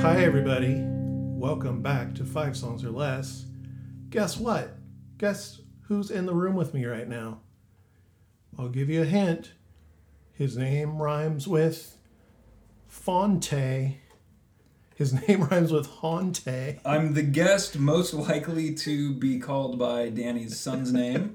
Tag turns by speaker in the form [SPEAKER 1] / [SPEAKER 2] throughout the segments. [SPEAKER 1] Hi, everybody. Welcome back to Five Songs or Less. Guess what? Guess who's in the room with me right now? I'll give you a hint. His name rhymes with Fonte. His name rhymes with Haunte.
[SPEAKER 2] I'm the guest most likely to be called by Danny's son's name.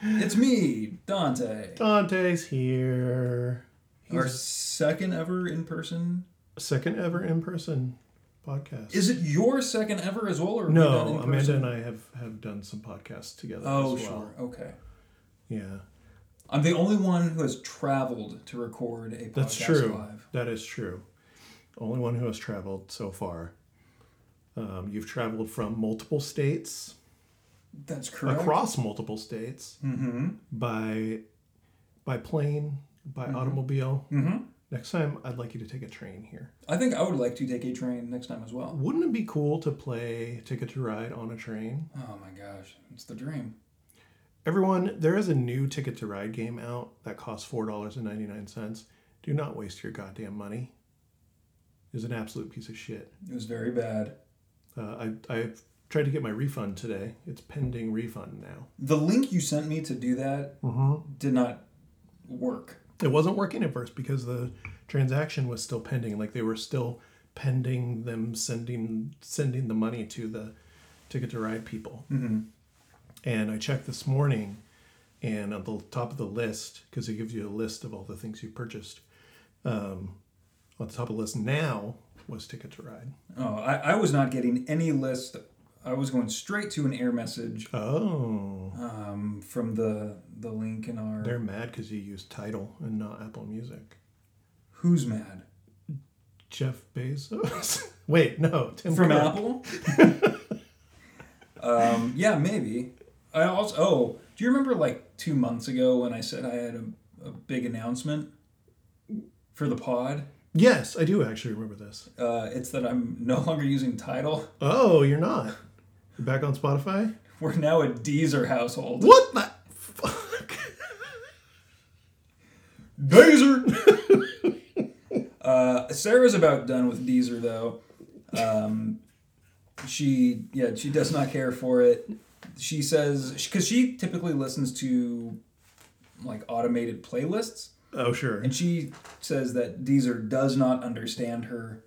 [SPEAKER 2] it's me, Dante.
[SPEAKER 1] Dante's here.
[SPEAKER 2] Our second ever in person.
[SPEAKER 1] Second ever in person podcast.
[SPEAKER 2] Is it your second ever as well, or have we done
[SPEAKER 1] no,
[SPEAKER 2] in
[SPEAKER 1] Amanda
[SPEAKER 2] person?
[SPEAKER 1] and I have, have done some podcasts together
[SPEAKER 2] Oh,
[SPEAKER 1] as well.
[SPEAKER 2] sure. Okay.
[SPEAKER 1] Yeah,
[SPEAKER 2] I'm the only one who has traveled to record a podcast
[SPEAKER 1] that's true.
[SPEAKER 2] live.
[SPEAKER 1] That is true. Only one who has traveled so far. Um, you've traveled from multiple states,
[SPEAKER 2] That's correct.
[SPEAKER 1] across multiple states,
[SPEAKER 2] Mm-hmm.
[SPEAKER 1] by by plane, by automobile.
[SPEAKER 2] Mm-hmm.
[SPEAKER 1] Next time, I'd like you to take a train here.
[SPEAKER 2] I think I would like to take a train next time as well.
[SPEAKER 1] Wouldn't it be cool to play Ticket to Ride on a train?
[SPEAKER 2] Oh my gosh, it's the dream.
[SPEAKER 1] Everyone, there is a new Ticket to Ride game out that costs four dollars and ninety nine cents. Do not waste your goddamn money. It's an absolute piece of shit.
[SPEAKER 2] It was very bad.
[SPEAKER 1] Uh, I I tried to get my refund today. It's pending refund now.
[SPEAKER 2] The link you sent me to do that did not work.
[SPEAKER 1] It wasn't working at first because the transaction was still pending. Like they were still pending them sending sending the money to the ticket to ride people. And I checked this morning, and at the top of the list, because it gives you a list of all the things you purchased, um, on the top of the list now was ticket to ride.
[SPEAKER 2] Oh, I, I was not getting any list. I was going straight to an air message
[SPEAKER 1] Oh,
[SPEAKER 2] um, from the the link in our.
[SPEAKER 1] they're mad because you used title and not Apple Music.
[SPEAKER 2] Who's mad
[SPEAKER 1] Jeff Bezos. Wait, no, Tim
[SPEAKER 2] from
[SPEAKER 1] Cook.
[SPEAKER 2] Apple? um, yeah, maybe. I also. Oh, do you remember like two months ago when I said I had a, a big announcement for the pod?
[SPEAKER 1] Yes, I do actually remember this.
[SPEAKER 2] Uh, it's that I'm no longer using Title.
[SPEAKER 1] Oh, you're not. You're back on Spotify?
[SPEAKER 2] We're now a Deezer household.
[SPEAKER 1] What the fuck?
[SPEAKER 2] Deezer. uh, Sarah's about done with Deezer though. Um, she yeah she does not care for it. She says because she typically listens to like automated playlists,
[SPEAKER 1] Oh, sure.
[SPEAKER 2] and she says that Deezer does not understand her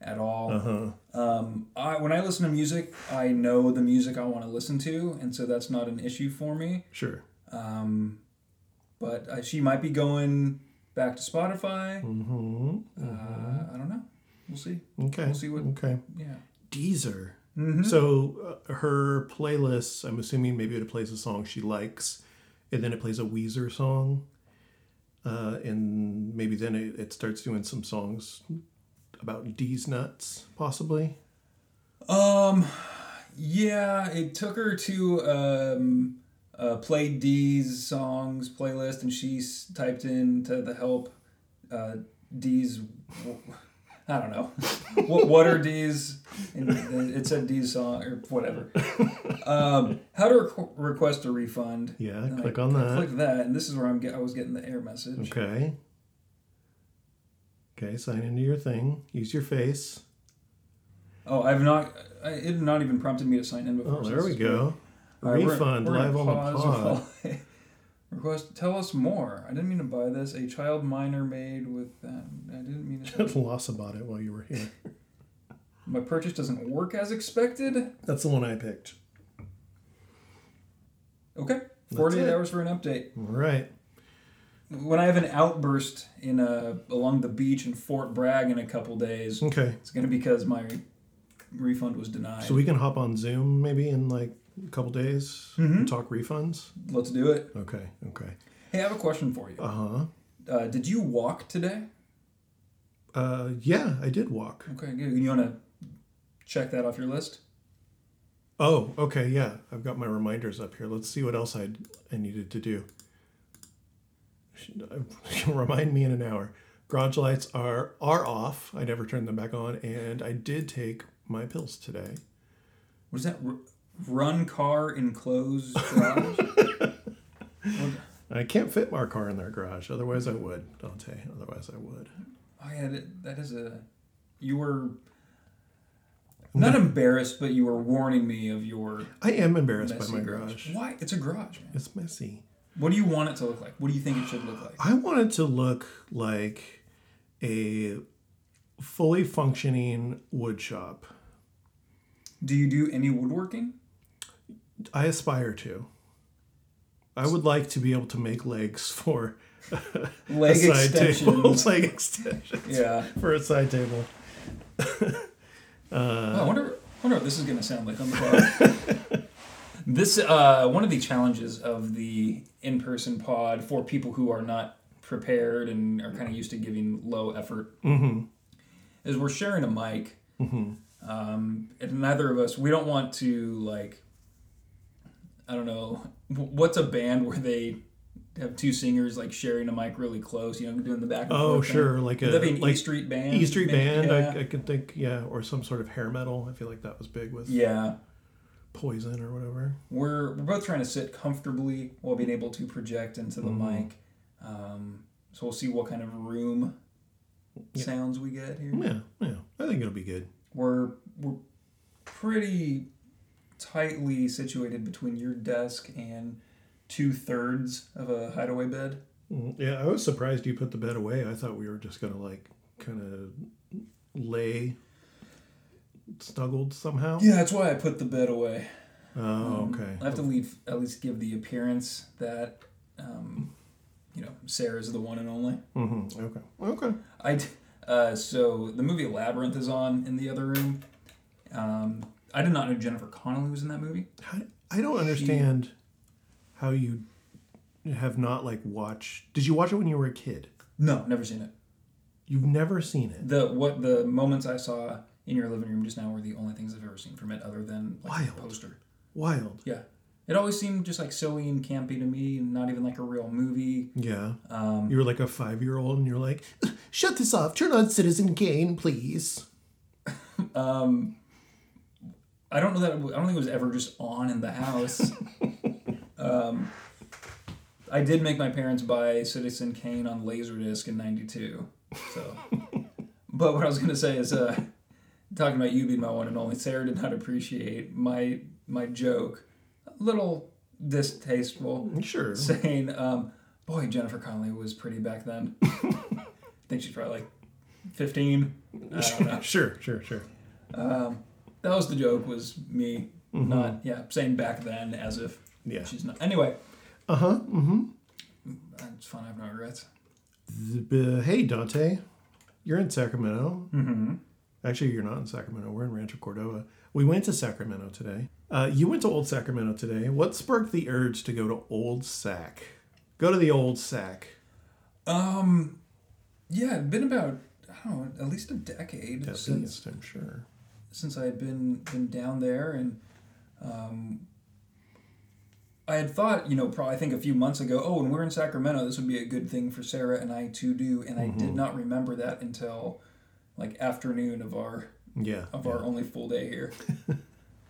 [SPEAKER 2] at all.
[SPEAKER 1] Uh-huh.
[SPEAKER 2] Um, I, when I listen to music, I know the music I want to listen to, and so that's not an issue for me
[SPEAKER 1] Sure.
[SPEAKER 2] but uh, she might be going back to Spotify.
[SPEAKER 1] hmm
[SPEAKER 2] Uh, I don't know. We'll see.
[SPEAKER 1] Okay.
[SPEAKER 2] We'll see what. Mm-hmm.
[SPEAKER 1] Okay.
[SPEAKER 2] Yeah.
[SPEAKER 1] Deezer. So uh, her playlists, I'm assuming maybe it plays a song she likes, and then it plays a Weezer song. Uh, and maybe then it, it starts doing some songs about D's nuts, possibly.
[SPEAKER 2] Um. Yeah. It took her to um, uh, play D's songs playlist, and she s- typed into the help uh, D's. I don't know. what, what are D's? And it said D's song or whatever. Um, how to requ request a refund?
[SPEAKER 1] Yeah,
[SPEAKER 2] And I
[SPEAKER 1] click on that.
[SPEAKER 2] Click that, and this is where I'm. Get, I was getting the error message.
[SPEAKER 1] Okay. Okay, sign into your thing. Use your face.
[SPEAKER 2] Oh, I've not. I, it not even prompted me to sign in before.
[SPEAKER 1] Oh,
[SPEAKER 2] so
[SPEAKER 1] there
[SPEAKER 2] this
[SPEAKER 1] we
[SPEAKER 2] is
[SPEAKER 1] go.
[SPEAKER 2] great. All right, we're-
[SPEAKER 1] Refund
[SPEAKER 2] we're gonna
[SPEAKER 1] live on the
[SPEAKER 2] pause
[SPEAKER 1] pod.
[SPEAKER 2] while I- Request. Tell us more. I didn't mean to buy this. A child minor made with. Um, I didn't mean to.
[SPEAKER 1] Just lost about it while you were here.
[SPEAKER 2] My purchase doesn't work as expected.
[SPEAKER 1] That's the one I picked.
[SPEAKER 2] Okay. Forty-eight
[SPEAKER 1] it.
[SPEAKER 2] hours for an update.
[SPEAKER 1] All right.
[SPEAKER 2] When I have an outburst in a along the beach in Fort Bragg in a couple days,
[SPEAKER 1] Okay.
[SPEAKER 2] it's gonna be because my refund was denied.
[SPEAKER 1] So we can hop on Zoom maybe in like a couple days
[SPEAKER 2] Mm-hmm.
[SPEAKER 1] and talk refunds.
[SPEAKER 2] Let's do it.
[SPEAKER 1] Okay. Okay.
[SPEAKER 2] Hey, I have a question for you.
[SPEAKER 1] Uh huh.
[SPEAKER 2] Uh, did you walk today?
[SPEAKER 1] Uh yeah, I did walk.
[SPEAKER 2] Okay, good. You want to check that off your list?
[SPEAKER 1] Oh, okay, yeah. I've got my reminders up here. Let's see what else I I needed to do. Should- Remind me in an hour. Garage lights are are off. I never turned them back on, and I did take my pills today.
[SPEAKER 2] What is that? R- run car enclosed garage? What-
[SPEAKER 1] I can't fit our car in their garage. Otherwise, I would, Dante. Otherwise, I would.
[SPEAKER 2] oh yeah, that, that is a. you were not embarrassed, but you were warning me of your
[SPEAKER 1] I am embarrassed by
[SPEAKER 2] messy
[SPEAKER 1] my
[SPEAKER 2] garage.
[SPEAKER 1] garage.
[SPEAKER 2] Why? It's a garage, man.
[SPEAKER 1] It's messy.
[SPEAKER 2] What do you want it to look like? What do you think it should look like?
[SPEAKER 1] I want it to look like a fully functioning wood shop.
[SPEAKER 2] Do you do any woodworking?
[SPEAKER 1] I aspire to. I would like to be able to make legs for
[SPEAKER 2] Leg
[SPEAKER 1] a side table.
[SPEAKER 2] extensions.
[SPEAKER 1] Leg extensions
[SPEAKER 2] yeah.
[SPEAKER 1] for a side table.
[SPEAKER 2] Oh, I wonder, wonder what this is going to sound like on the pod. this uh, one of the challenges of the in-person pod for people who are not prepared and are kind of used to giving low effort
[SPEAKER 1] Mm-hmm.
[SPEAKER 2] is we're sharing a mic, um, and neither of us we don't want to like. I don't know what's a band where they have two singers like sharing a mic really close, you know, doing the back and
[SPEAKER 1] Oh,
[SPEAKER 2] forth thing?
[SPEAKER 1] sure, like
[SPEAKER 2] Would
[SPEAKER 1] a-
[SPEAKER 2] that be an E
[SPEAKER 1] like
[SPEAKER 2] Street band.
[SPEAKER 1] E Street
[SPEAKER 2] maybe?
[SPEAKER 1] Band,
[SPEAKER 2] Yeah.
[SPEAKER 1] I, I could think, yeah, or some sort of hair metal. I feel like that was big with
[SPEAKER 2] yeah.
[SPEAKER 1] Poison or whatever.
[SPEAKER 2] we're we're both trying to sit comfortably while being able to project into the mic. Um, so we'll see what kind of room sounds we get here.
[SPEAKER 1] Yeah, yeah. I think it'll be good.
[SPEAKER 2] We're we're pretty tightly situated between your desk and two thirds of a hideaway bed.
[SPEAKER 1] Mm, Yeah, I was surprised you put the bed away. I thought we were just gonna like kind of lay snuggled somehow.
[SPEAKER 2] Yeah, that's why I put the bed away.
[SPEAKER 1] Oh, okay.
[SPEAKER 2] I have to leave at least give the appearance that um, you know Sarah's the one and only.
[SPEAKER 1] Mm-hmm. Okay. Okay.
[SPEAKER 2] I d- uh, so the movie Labyrinth is on in the other room. Um, I did not know Jennifer Connelly was in that movie.
[SPEAKER 1] I, I don't understand how you have not like watched. Did you watch it when you were a kid?
[SPEAKER 2] No, never seen it.
[SPEAKER 1] You've never seen it.
[SPEAKER 2] The what the moments I saw in your living room just now were the only things I've ever seen from it, other than like the
[SPEAKER 1] Wild.
[SPEAKER 2] poster.
[SPEAKER 1] Wild.
[SPEAKER 2] Yeah, it always seemed just like silly and campy to me, and not even like a real movie.
[SPEAKER 1] Yeah. Um, you were like a five year old, and you're like, "Shut this off. Turn on Citizen Kane, please."
[SPEAKER 2] I don't know that it w- I don't think it was ever just on in the house. um, I did make my parents buy Citizen Kane on Laserdisc in '92. So, but what I was gonna say is, uh, talking about you being my one and only, Sarah did not appreciate my my joke, a little distasteful,
[SPEAKER 1] Sure.
[SPEAKER 2] saying, um, "Boy, Jennifer Connelly was pretty back then." I think she's probably like 15. I don't know
[SPEAKER 1] Sure. Sure. Sure.
[SPEAKER 2] that was the joke was me not yeah saying back then as if
[SPEAKER 1] Yeah.
[SPEAKER 2] she's not anyway
[SPEAKER 1] Uh huh.
[SPEAKER 2] it's fun i have no regrets
[SPEAKER 1] Uh, hey Dante, you're in Sacramento. Mm-hmm. Actually, you're not in Sacramento. We're in Rancho Cordova. We went to Sacramento today. Uh, you went to Old Sacramento today. What sparked the urge to go to Old Sac? Go to the Old Sac.
[SPEAKER 2] um yeah it's been about i don't know at least a decade
[SPEAKER 1] At
[SPEAKER 2] since
[SPEAKER 1] least, I'm sure.
[SPEAKER 2] since i had been been down there and um I had thought, you know, probably I think a few months ago, oh, when we're in Sacramento, this would be a good thing for Sarah and I to do. And I did not remember that until like afternoon of our
[SPEAKER 1] Yeah.
[SPEAKER 2] of our only full day here.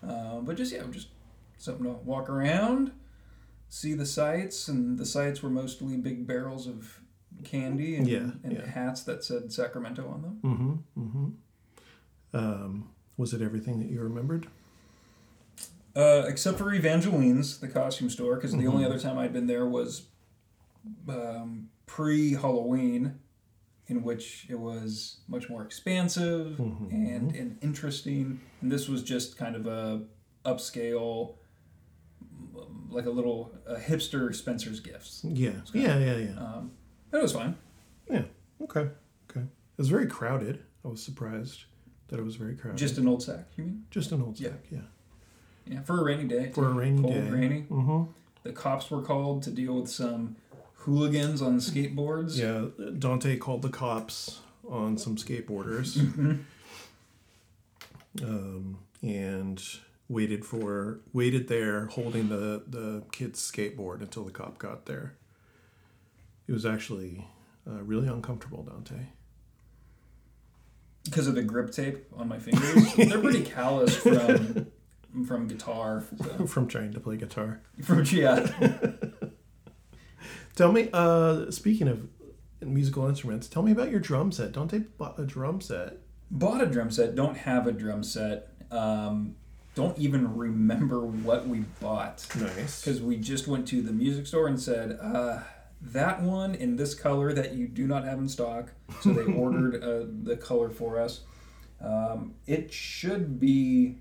[SPEAKER 2] uh, but just yeah, just something to walk around, see the sights, and the sights were mostly big barrels of candy and,
[SPEAKER 1] Yeah,
[SPEAKER 2] and
[SPEAKER 1] yeah.
[SPEAKER 2] hats that said Sacramento on them.
[SPEAKER 1] Mm-hmm, Um, Was it everything that you remembered?
[SPEAKER 2] Uh, except for Evangeline's, the costume store, because the
[SPEAKER 1] Mm-hmm.
[SPEAKER 2] only other time I'd been there was um, pre Halloween. In which it was much more expansive
[SPEAKER 1] Mm-hmm.
[SPEAKER 2] and, and interesting, and this was just kind of a upscale, like a little a hipster Spencer's gifts.
[SPEAKER 1] Yeah. Yeah. Yeah. Yeah.
[SPEAKER 2] That was fine.
[SPEAKER 1] yeah. Okay. Okay. It was very crowded. I was surprised that it was very crowded.
[SPEAKER 2] Just an old sack, you mean?
[SPEAKER 1] just an Old
[SPEAKER 2] Yeah.
[SPEAKER 1] Sac. Yeah.
[SPEAKER 2] Yeah, for a rainy day.
[SPEAKER 1] For a rainy
[SPEAKER 2] Cold,
[SPEAKER 1] day.
[SPEAKER 2] rainy.
[SPEAKER 1] Mm-hmm.
[SPEAKER 2] The cops were called to deal with some hooligans on skateboards.
[SPEAKER 1] Yeah, Dante called the cops on some skateboarders um, and waited for waited there holding the the kid's skateboard until the cop got there. It was actually uh, really uncomfortable, Dante.
[SPEAKER 2] because of the grip tape on my fingers. They're pretty calloused from from guitar. So.
[SPEAKER 1] From trying to play guitar.
[SPEAKER 2] From yeah,
[SPEAKER 1] Tell me, uh, speaking of musical instruments, tell me about your drum set. Dante bought a drum set.
[SPEAKER 2] bought a drum set, don't have a drum set, um, don't even remember what we bought
[SPEAKER 1] Nice.
[SPEAKER 2] because we just went to the music store and said, uh, that one in this color that you do not have in stock. So they ordered uh, the color for us. Um, it should be,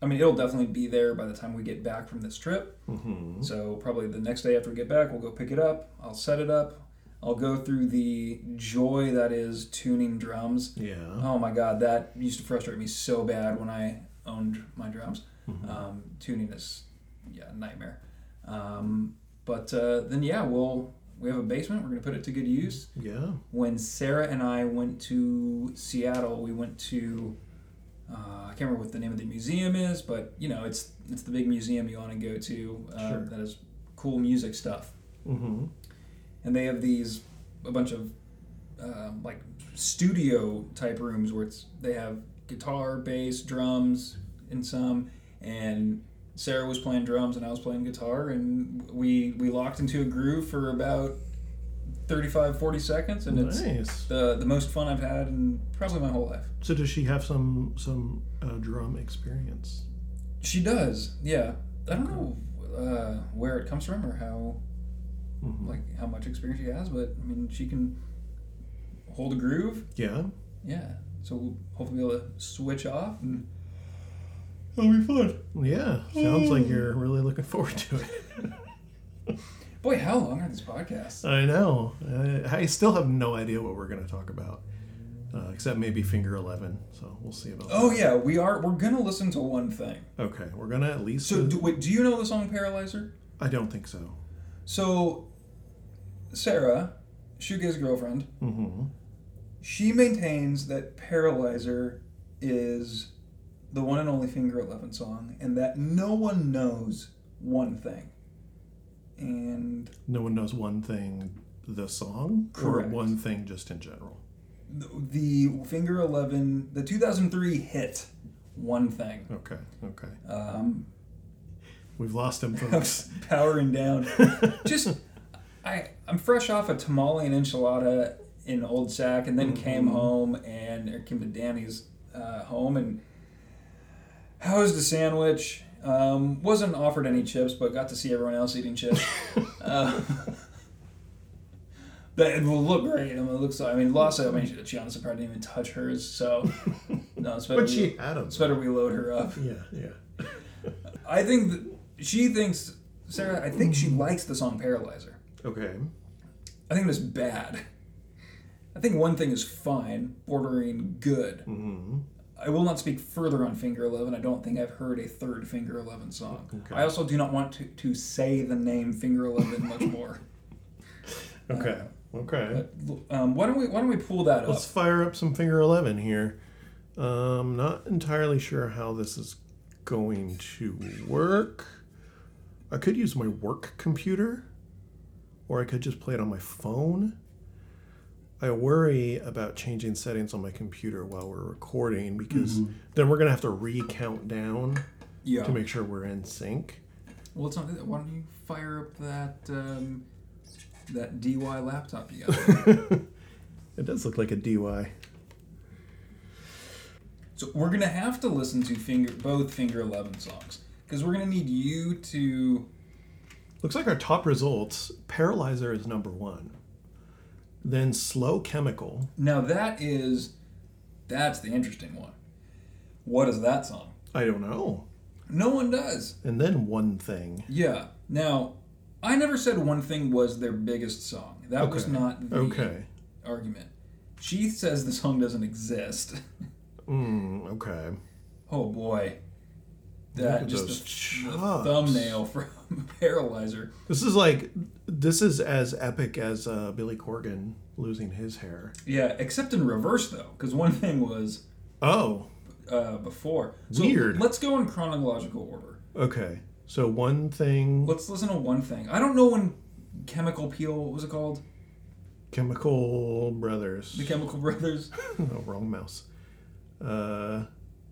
[SPEAKER 2] I mean, it'll definitely be there by the time we get back from this trip.
[SPEAKER 1] hmm
[SPEAKER 2] So probably the next day after we get back, we'll go pick it up. I'll set it up. I'll go through the joy that is tuning drums.
[SPEAKER 1] Yeah.
[SPEAKER 2] Oh my god, that used to frustrate me so bad when I owned my drums. Um, tuning is yeah a nightmare. Um, but uh, then yeah, we'll we have a basement. We're gonna put it to good use.
[SPEAKER 1] Yeah.
[SPEAKER 2] When Sarah and I went to Seattle, we went to uh, I can't remember what the name of the museum is, but you know it's it's the big museum you want to go to uh,
[SPEAKER 1] Sure.
[SPEAKER 2] that is cool music stuff
[SPEAKER 1] hmm
[SPEAKER 2] and they have these a bunch of um, like studio type rooms where it's they have guitar, bass, drums in some, and Sarah was playing drums and I was playing guitar, and we we locked into a groove for about 35, 40 seconds, and it's
[SPEAKER 1] Nice.
[SPEAKER 2] the the most fun I've had in probably my whole life.
[SPEAKER 1] So does she have some some uh, drum experience?
[SPEAKER 2] She does, yeah. I don't know uh, where it comes from or how
[SPEAKER 1] Mhm.
[SPEAKER 2] like how much experience she has, but I mean she can hold a groove
[SPEAKER 1] Yeah.
[SPEAKER 2] Yeah. So we'll hopefully be able to switch off and it'll be fun.
[SPEAKER 1] Yeah. Sounds like you're really looking forward to it.
[SPEAKER 2] Boy, how long are these podcasts?
[SPEAKER 1] I know. I, I still have no idea what we're going to talk about, uh, except maybe Finger Eleven. So we'll see about.
[SPEAKER 2] Oh yeah, we are we're gonna listen to one thing.
[SPEAKER 1] that. Okay, we're gonna at least.
[SPEAKER 2] So do, wait, do you know the song Paralyzer?
[SPEAKER 1] I don't think so.
[SPEAKER 2] So Sarah, Shuge's girlfriend,
[SPEAKER 1] Mm-hmm.
[SPEAKER 2] she maintains that Paralyzer is the one and only Finger Eleven song, and that no one knows one thing. And
[SPEAKER 1] No one knows one thing. The song, or
[SPEAKER 2] Correct.
[SPEAKER 1] one thing just in general.
[SPEAKER 2] the the Finger Eleven, the 2003 hit, one thing.
[SPEAKER 1] Okay. Okay.
[SPEAKER 2] um,
[SPEAKER 1] We've lost him,
[SPEAKER 2] I'm
[SPEAKER 1] folks.
[SPEAKER 2] powering down. Just, I I'm fresh off a tamale and enchilada in Old Sack, and then came home and or came to Danny's uh, home and housed a sandwich. Um, wasn't offered any chips, but got to see everyone else eating chips. uh, but it will look great. I mean, it looks. I mean, Lhasa. I mean, she honestly probably didn't even touch hers. So no, it's better.
[SPEAKER 1] but
[SPEAKER 2] we-
[SPEAKER 1] she had him.
[SPEAKER 2] it's better we load her up.
[SPEAKER 1] Yeah. Yeah.
[SPEAKER 2] I think that she thinks Sarah. I think she likes the song "Paralyzer."
[SPEAKER 1] Okay.
[SPEAKER 2] I think it is bad. I think one thing is fine, bordering good.
[SPEAKER 1] Mm-hmm.
[SPEAKER 2] I will not speak further on Finger Eleven. I don't think I've heard a third Finger Eleven song.
[SPEAKER 1] Okay.
[SPEAKER 2] I also do not want to, to say the name Finger Eleven much more.
[SPEAKER 1] Okay.
[SPEAKER 2] Uh,
[SPEAKER 1] okay.
[SPEAKER 2] But, um, why don't we Why don't we pull that up?
[SPEAKER 1] Let's fire up some finger 11 here. Um, not entirely sure how this is going to work. I could use my work computer, or I could just play it on my phone. I worry about changing settings on my computer while we're recording because then we're going to have to recount down
[SPEAKER 2] Yeah.
[SPEAKER 1] to make sure we're in sync.
[SPEAKER 2] Well, let's not do that. Why don't you fire up that um, that DY laptop you got?
[SPEAKER 1] It does look like a DUI.
[SPEAKER 2] So we're gonna have to listen to finger both Finger Eleven songs because we're gonna need you to.
[SPEAKER 1] Looks like our top results Paralyzer is number one, then Slow Chemical.
[SPEAKER 2] Now that is, that's the interesting one. What is that song?
[SPEAKER 1] I don't know.
[SPEAKER 2] No one does.
[SPEAKER 1] And then one thing.
[SPEAKER 2] Yeah. Now, I never said one thing was their biggest song. That was
[SPEAKER 1] Okay.
[SPEAKER 2] not the
[SPEAKER 1] Okay.
[SPEAKER 2] argument. She says the song doesn't exist.
[SPEAKER 1] Mm, okay.
[SPEAKER 2] Oh boy.
[SPEAKER 1] Look
[SPEAKER 2] That
[SPEAKER 1] at
[SPEAKER 2] just
[SPEAKER 1] those
[SPEAKER 2] the, the
[SPEAKER 1] chops.
[SPEAKER 2] thumbnail from Paralyzer.
[SPEAKER 1] This is like this is as epic as uh, Billy Corgan losing his hair.
[SPEAKER 2] Yeah, except in reverse though, because one thing was
[SPEAKER 1] Oh,
[SPEAKER 2] uh, before. So
[SPEAKER 1] Weird.
[SPEAKER 2] Let's go in chronological order.
[SPEAKER 1] okay. So one thing,
[SPEAKER 2] Let's listen to one thing. I don't know when Chemical Peel, what was it called?
[SPEAKER 1] Chemical Brothers.
[SPEAKER 2] The Chemical Brothers.
[SPEAKER 1] oh, wrong mouse. Uh,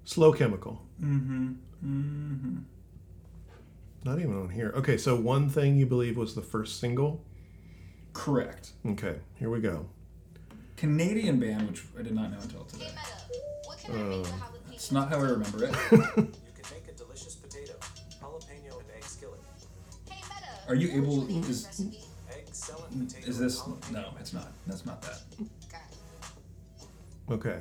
[SPEAKER 1] slow Chemical.
[SPEAKER 2] Mm-hmm. Mm-hmm.
[SPEAKER 1] Not even on here. Okay, so one thing you believe was the first single.
[SPEAKER 2] Correct.
[SPEAKER 1] Okay, here we go.
[SPEAKER 3] Um,
[SPEAKER 2] Canadian band, which I did not know until today.
[SPEAKER 4] Meadow.
[SPEAKER 2] It's not how I remember it.
[SPEAKER 4] You can make a delicious potato, jalapeno and egg skillet.
[SPEAKER 2] Are you able- is-
[SPEAKER 4] Egg salad
[SPEAKER 1] Mm,
[SPEAKER 4] potato
[SPEAKER 2] Is this?
[SPEAKER 4] and jalapeno.
[SPEAKER 2] No, it's not. That's not that.
[SPEAKER 1] Okay.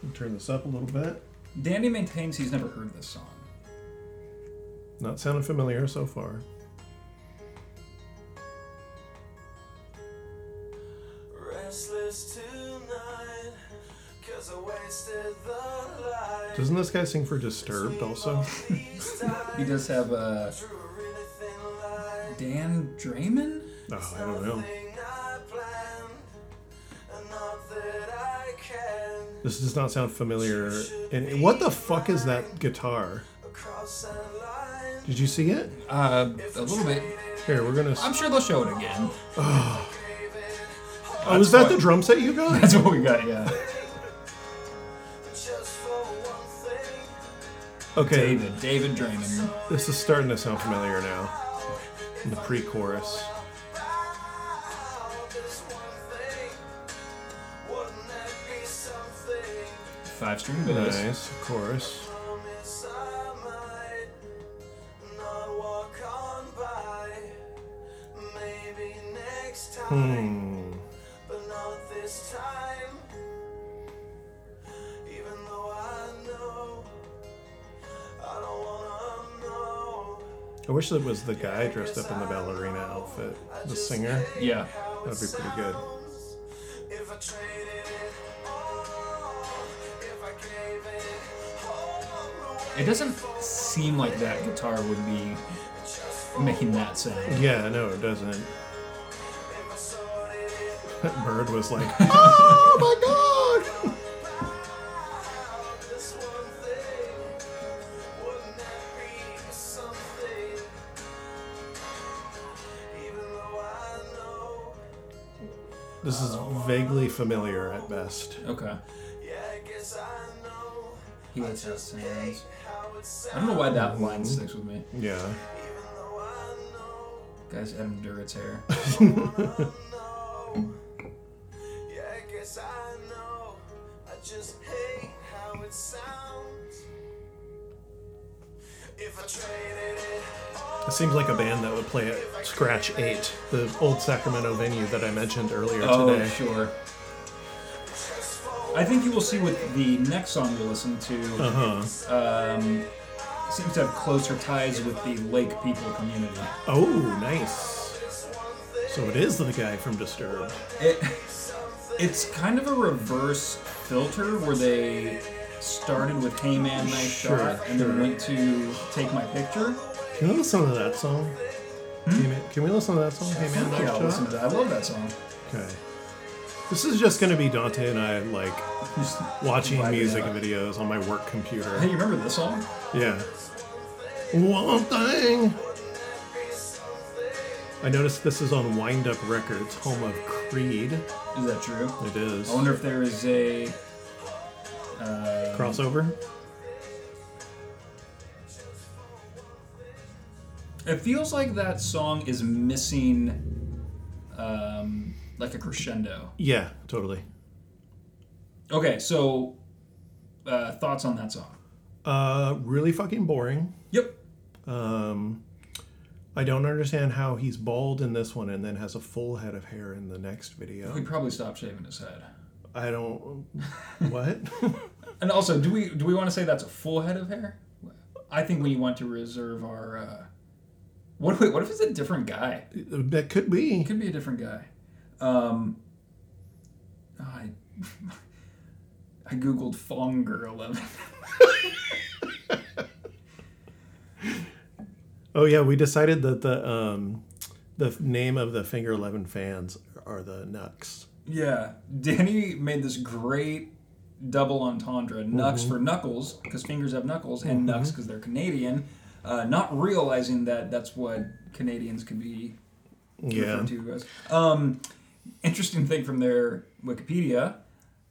[SPEAKER 1] We'll turn this up a little bit.
[SPEAKER 2] Danny maintains he's never heard this song.
[SPEAKER 1] Not sounding familiar so far.
[SPEAKER 4] Restless tonight, cause I wasted the light.
[SPEAKER 1] Doesn't this guy sing for Disturbed also?
[SPEAKER 2] He does have uh,
[SPEAKER 4] Drew a really thin line.
[SPEAKER 2] Dan Draymond.
[SPEAKER 1] Oh, I don't know.
[SPEAKER 4] Nothing I planned, and not that I can.
[SPEAKER 1] This does not sound familiar. And what the fuck is that guitar?
[SPEAKER 4] Across that line,
[SPEAKER 1] Did you see it?
[SPEAKER 2] Uh, a little bit.
[SPEAKER 1] Here, we're gonna.
[SPEAKER 2] I'm sure they'll show it again.
[SPEAKER 4] baby,
[SPEAKER 1] Oh, is that the drum set you got?
[SPEAKER 2] That's what we got. Yeah.
[SPEAKER 4] just for one thing.
[SPEAKER 1] Okay,
[SPEAKER 2] David. David Draymond.
[SPEAKER 1] this is starting to sound familiar now. In the pre-chorus.
[SPEAKER 4] Wow, this one thing. Wouldn't that be something?
[SPEAKER 2] Five string bass.
[SPEAKER 1] Nice, of course.
[SPEAKER 4] Promise I might not walk on by. Maybe next time,
[SPEAKER 1] Hmm.
[SPEAKER 4] but not this time. Even though I know I don't wanna know.
[SPEAKER 1] I wish it was the guy dressed up in the ballerina outfit, the singer.
[SPEAKER 2] Yeah.
[SPEAKER 1] That'd be pretty good.
[SPEAKER 4] If I traded it all, if I gave it all away.
[SPEAKER 2] It doesn't seem like that guitar would be making that sound.
[SPEAKER 1] Yeah, no, it doesn't. That bird was like, "Oh my god!" This is vaguely familiar at best.
[SPEAKER 2] Okay. He likes how it sounds. I
[SPEAKER 4] I
[SPEAKER 2] don't know why that line sticks with me.
[SPEAKER 1] Yeah.
[SPEAKER 2] Guys, Adam Duritz hair.
[SPEAKER 4] Yeah, I guess I know. I just hate how it sounds. If I traded it
[SPEAKER 1] It seems like a band that would play at Scratch 8, the old Sacramento venue that I mentioned earlier
[SPEAKER 2] Oh,
[SPEAKER 1] today.
[SPEAKER 2] sure. I think you will see with the next song you listen to
[SPEAKER 1] Uh huh.
[SPEAKER 2] um, seems to have closer ties with the Lake people community.
[SPEAKER 1] Oh, nice. So it is the guy from Disturbed.
[SPEAKER 2] It, it's kind of a reverse filter where they started with "Hey Man, Nice
[SPEAKER 1] Sure,
[SPEAKER 2] Shot" and then
[SPEAKER 1] sure.
[SPEAKER 2] went to "Take My Picture."
[SPEAKER 1] Can we listen to that song? Hey, man- Can we listen to that song? Hey man,
[SPEAKER 2] Hmm? Yeah, I'll
[SPEAKER 1] nice
[SPEAKER 2] listen to
[SPEAKER 1] shot.
[SPEAKER 2] that. I love that song.
[SPEAKER 1] Okay. This is just gonna be Dante and I like
[SPEAKER 2] Just
[SPEAKER 1] watching
[SPEAKER 2] vibing
[SPEAKER 1] music
[SPEAKER 2] out.
[SPEAKER 1] videos on my work
[SPEAKER 2] Hey,
[SPEAKER 1] computer.
[SPEAKER 2] you remember this song?
[SPEAKER 1] Yeah. One thing. I noticed this is on Wind Up Records, home of Creed.
[SPEAKER 2] Is that true?
[SPEAKER 1] It is.
[SPEAKER 2] I wonder if there is a uh,
[SPEAKER 1] Crossover?
[SPEAKER 2] It feels like that song is missing, um, like a crescendo.
[SPEAKER 1] Yeah, totally.
[SPEAKER 2] Okay, so uh, thoughts on that song?
[SPEAKER 1] Uh, really fucking boring.
[SPEAKER 2] Yep.
[SPEAKER 1] Um, I don't understand how he's bald in this one and then has a full head of hair in the next video.
[SPEAKER 2] He probably stopped shaving his head.
[SPEAKER 1] I don't. What?
[SPEAKER 2] And also, do we do we want to say that's a full head of hair? I think we want to reserve our. Uh, what if what if it's a different guy? It
[SPEAKER 1] that could be.
[SPEAKER 2] could be a different guy. Um, I I googled Fonger eleven.
[SPEAKER 1] Oh yeah, we decided that the um, the name of the Finger Eleven fans are the Nucks.
[SPEAKER 2] Yeah, Danny made this great double entendre: Nux for knuckles because fingers have knuckles, and Nux because they're Canadian. Uh, not realizing that that's what Canadians could be
[SPEAKER 1] Yeah.
[SPEAKER 2] referred to as. Um, interesting thing from their Wikipedia: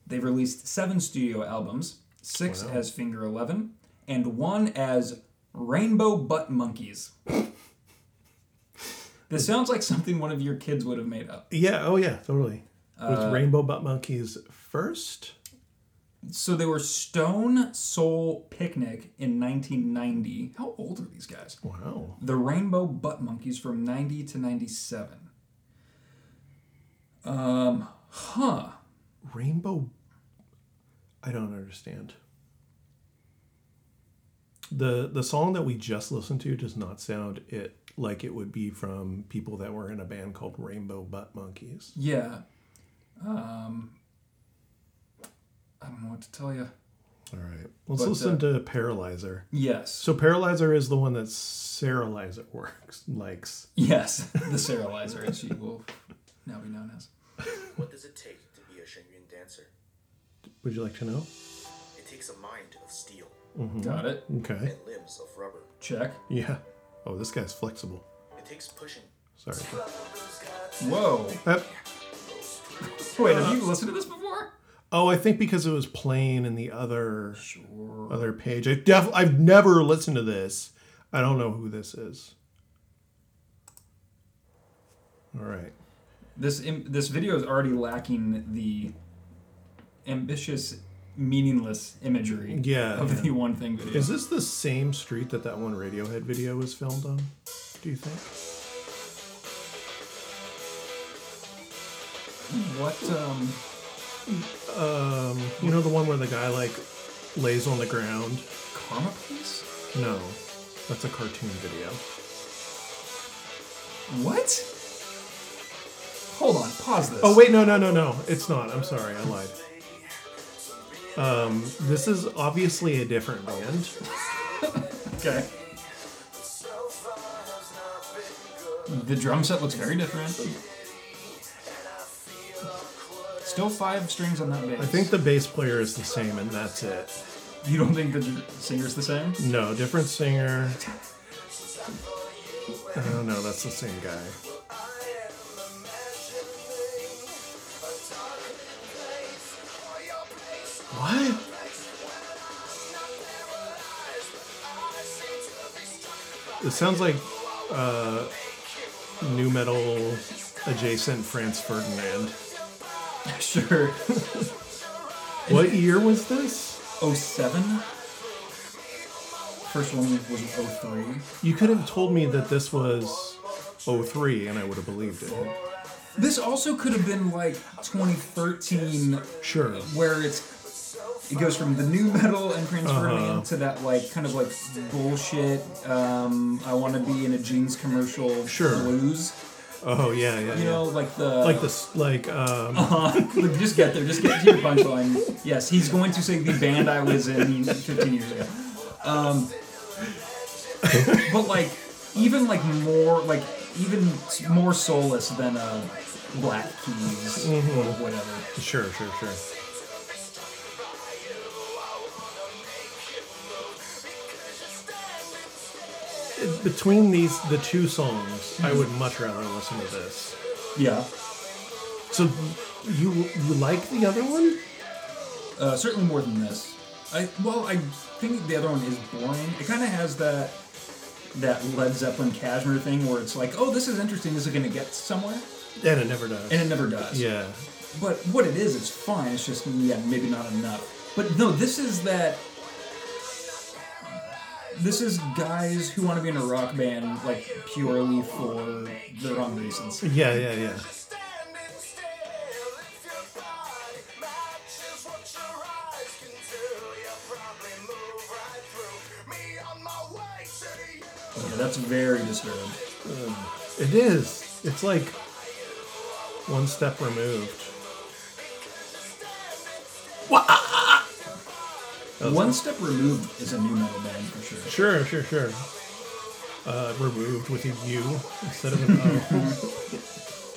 [SPEAKER 2] they've released seven studio albums, six as Finger Eleven, and one as Rainbow Butt Monkeys. this sounds like something one of your kids would have made up.
[SPEAKER 1] Yeah. Oh yeah. Totally. Was Rainbow Butt Monkeys first?
[SPEAKER 2] So they were Stone Soul Picnic in 1990. How old are these guys?
[SPEAKER 1] Wow.
[SPEAKER 2] The Rainbow Butt Monkeys from 90 to 97. Um, huh.
[SPEAKER 1] Rainbow. I don't understand. The the song that we just listened to does not sound it like it would be from people that were in a band called Rainbow Butt Monkeys.
[SPEAKER 2] Yeah. Um, I don't know what to tell you.
[SPEAKER 1] All right. Let's
[SPEAKER 2] But,
[SPEAKER 1] listen
[SPEAKER 2] uh,
[SPEAKER 1] to Paralyzer.
[SPEAKER 2] Yes.
[SPEAKER 1] So Paralyzer is the one that Saralizer works likes.
[SPEAKER 2] yes. The Serializer, as she will now be known as.
[SPEAKER 5] What does it take to be a Shenyun dancer?
[SPEAKER 1] Would you like to know?
[SPEAKER 5] It takes a mind of steel
[SPEAKER 1] Mm-hmm.
[SPEAKER 2] Got it.
[SPEAKER 1] Okay.
[SPEAKER 5] and limbs of rubber.
[SPEAKER 2] Check.
[SPEAKER 1] Yeah. Oh, this guy's flexible.
[SPEAKER 5] It takes pushing.
[SPEAKER 1] Sorry.
[SPEAKER 2] Whoa.
[SPEAKER 1] That-
[SPEAKER 2] Wait, have
[SPEAKER 1] Uh,
[SPEAKER 2] you listened to this before?
[SPEAKER 1] oh, I think because it was playing in the other
[SPEAKER 2] Sure.
[SPEAKER 1] other page. I def- I've never listened to this. I don't know who this is. All right.
[SPEAKER 2] This im- this video is already lacking the ambitious, meaningless imagery
[SPEAKER 1] Yeah,
[SPEAKER 2] of
[SPEAKER 1] yeah.
[SPEAKER 2] the one thing video.
[SPEAKER 1] Is this the same street that that one Radiohead video was filmed on? Do you think?
[SPEAKER 2] what um
[SPEAKER 1] Um, you know the one where the guy like lays on the ground.
[SPEAKER 2] karma police?
[SPEAKER 1] No, that's a cartoon video.
[SPEAKER 2] What? Hold on, pause this.
[SPEAKER 1] Oh wait, no, no, no, no. It's not. I'm sorry, I lied. Um, this is obviously a different band.
[SPEAKER 2] Okay. The drum set looks very different. Still five strings on that bass.
[SPEAKER 1] I think the bass player is the same, and that's it.
[SPEAKER 2] you don't think the dr- singer's the same.
[SPEAKER 1] No, different singer. I don't know. That's the same guy. What? It sounds like uh, new metal adjacent Franz Ferdinand.
[SPEAKER 2] sure.
[SPEAKER 1] What year was this?
[SPEAKER 2] 07? Oh, First one was 03.
[SPEAKER 1] You could have told me that this was 03 and I would have believed it.
[SPEAKER 2] This also could have been like 2013,
[SPEAKER 1] Sure.
[SPEAKER 2] where it's it goes from the new metal and transferring
[SPEAKER 1] Uh-huh.
[SPEAKER 2] into that like kind of like bullshit. Um, I want to be in a jeans commercial.
[SPEAKER 1] Sure.
[SPEAKER 2] Blues.
[SPEAKER 1] Oh yeah, yeah.
[SPEAKER 2] You
[SPEAKER 1] yeah.
[SPEAKER 2] know, like the
[SPEAKER 1] like this, like um,
[SPEAKER 2] Look, just get there. Just get to your punchline. Yes, he's going to say the band I was in 15 years ago. Um, but like, even like more like even more soulless than uh, Black Keys or
[SPEAKER 1] Mm-hmm.
[SPEAKER 2] whatever.
[SPEAKER 1] sure, sure, sure. Between these, the two songs, I would much rather listen to this.
[SPEAKER 2] Yeah,
[SPEAKER 1] So, you you like the other one?
[SPEAKER 2] uh, certainly more than this. I well, I think the other one is boring. It kind of has that that Led Zeppelin Cashmere thing where it's like, oh, this is interesting. This is going to get somewhere,
[SPEAKER 1] And it never does.
[SPEAKER 2] and it never does.
[SPEAKER 1] yeah,
[SPEAKER 2] But what it is, it's fine. It's just yeah, maybe not enough. But no, this is that. This is guys who want to be in a rock band, like purely for the wrong reasons.
[SPEAKER 1] yeah, yeah, yeah.
[SPEAKER 2] Yeah, that's very disturbing.
[SPEAKER 1] It is. It's like one step removed.
[SPEAKER 2] One step removed is a new metal band for sure.
[SPEAKER 1] Sure, sure, sure. Uh, removed with a U instead of an O.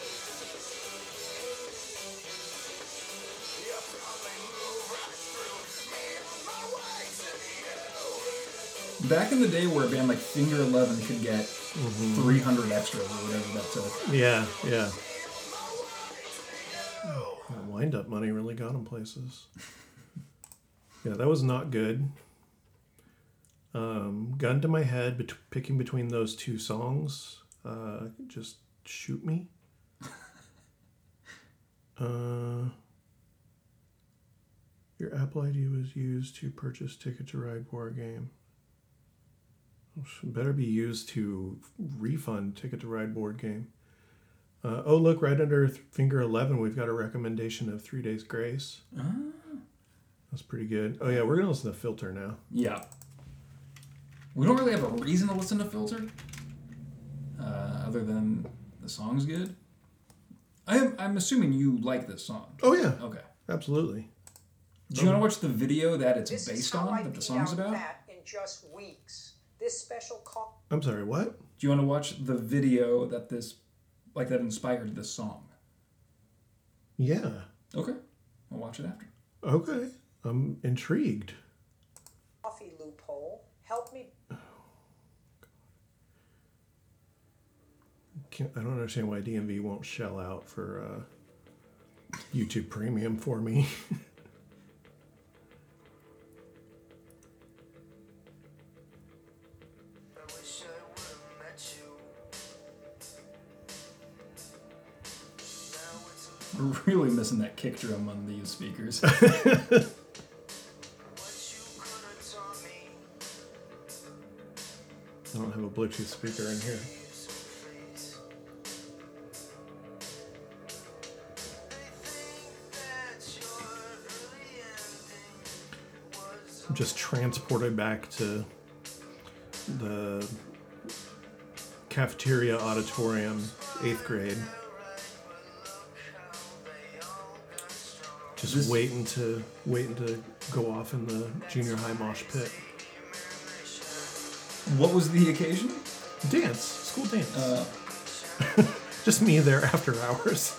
[SPEAKER 2] Back in the day, where a band like Finger Eleven could get 300 extras or whatever that took.
[SPEAKER 1] yeah, yeah. That wind up money really got him places. Yeah, that was not good. Um, gun to my head, bet- picking between those two songs. Uh, just shoot me. Uh, your Apple ID was used to purchase ticket to ride war game. Better be used to refund ticket to ride board game. Uh, oh look, right under th- finger eleven, we've got a recommendation of three days grace. That's pretty good. Oh yeah, we're gonna listen to Filter now.
[SPEAKER 2] Yeah. We don't really have a reason to listen to Filter, uh, other than the song's good. I am, I'm assuming you like this song.
[SPEAKER 1] Oh yeah,
[SPEAKER 2] Okay.
[SPEAKER 1] absolutely.
[SPEAKER 2] Do you want to watch the video that it's
[SPEAKER 6] This is
[SPEAKER 2] based
[SPEAKER 6] how I
[SPEAKER 2] on, that the
[SPEAKER 6] beat
[SPEAKER 2] song's
[SPEAKER 6] out
[SPEAKER 2] about?
[SPEAKER 6] Fat in just weeks. This special call.
[SPEAKER 1] I'm sorry, what?
[SPEAKER 2] Do you want to watch the video that this, like that inspired this song?
[SPEAKER 1] Yeah.
[SPEAKER 2] Okay. I'll watch it after.
[SPEAKER 1] Okay. I'm intrigued.
[SPEAKER 6] coffee loophole. Help me
[SPEAKER 1] Can't, I don't understand why DMV won't shell out for uh, YouTube Premium for me.
[SPEAKER 4] I wish I would've met you. Now it's a
[SPEAKER 2] We're really missing that kick drum on these speakers.
[SPEAKER 4] what you could have taught me.
[SPEAKER 1] I don't have a Bluetooth speaker in here.
[SPEAKER 4] Leaves and fades. They think that your early ending was
[SPEAKER 1] I'm just transported back to the cafeteria auditorium, eighth grade.
[SPEAKER 4] alright, but look how they all got strong.
[SPEAKER 1] Just
[SPEAKER 2] This-
[SPEAKER 1] waiting to waiting to go off in the junior high mosh pit.
[SPEAKER 2] what was the occasion?
[SPEAKER 1] Dance, school dance.
[SPEAKER 2] Uh,
[SPEAKER 1] just me there after hours.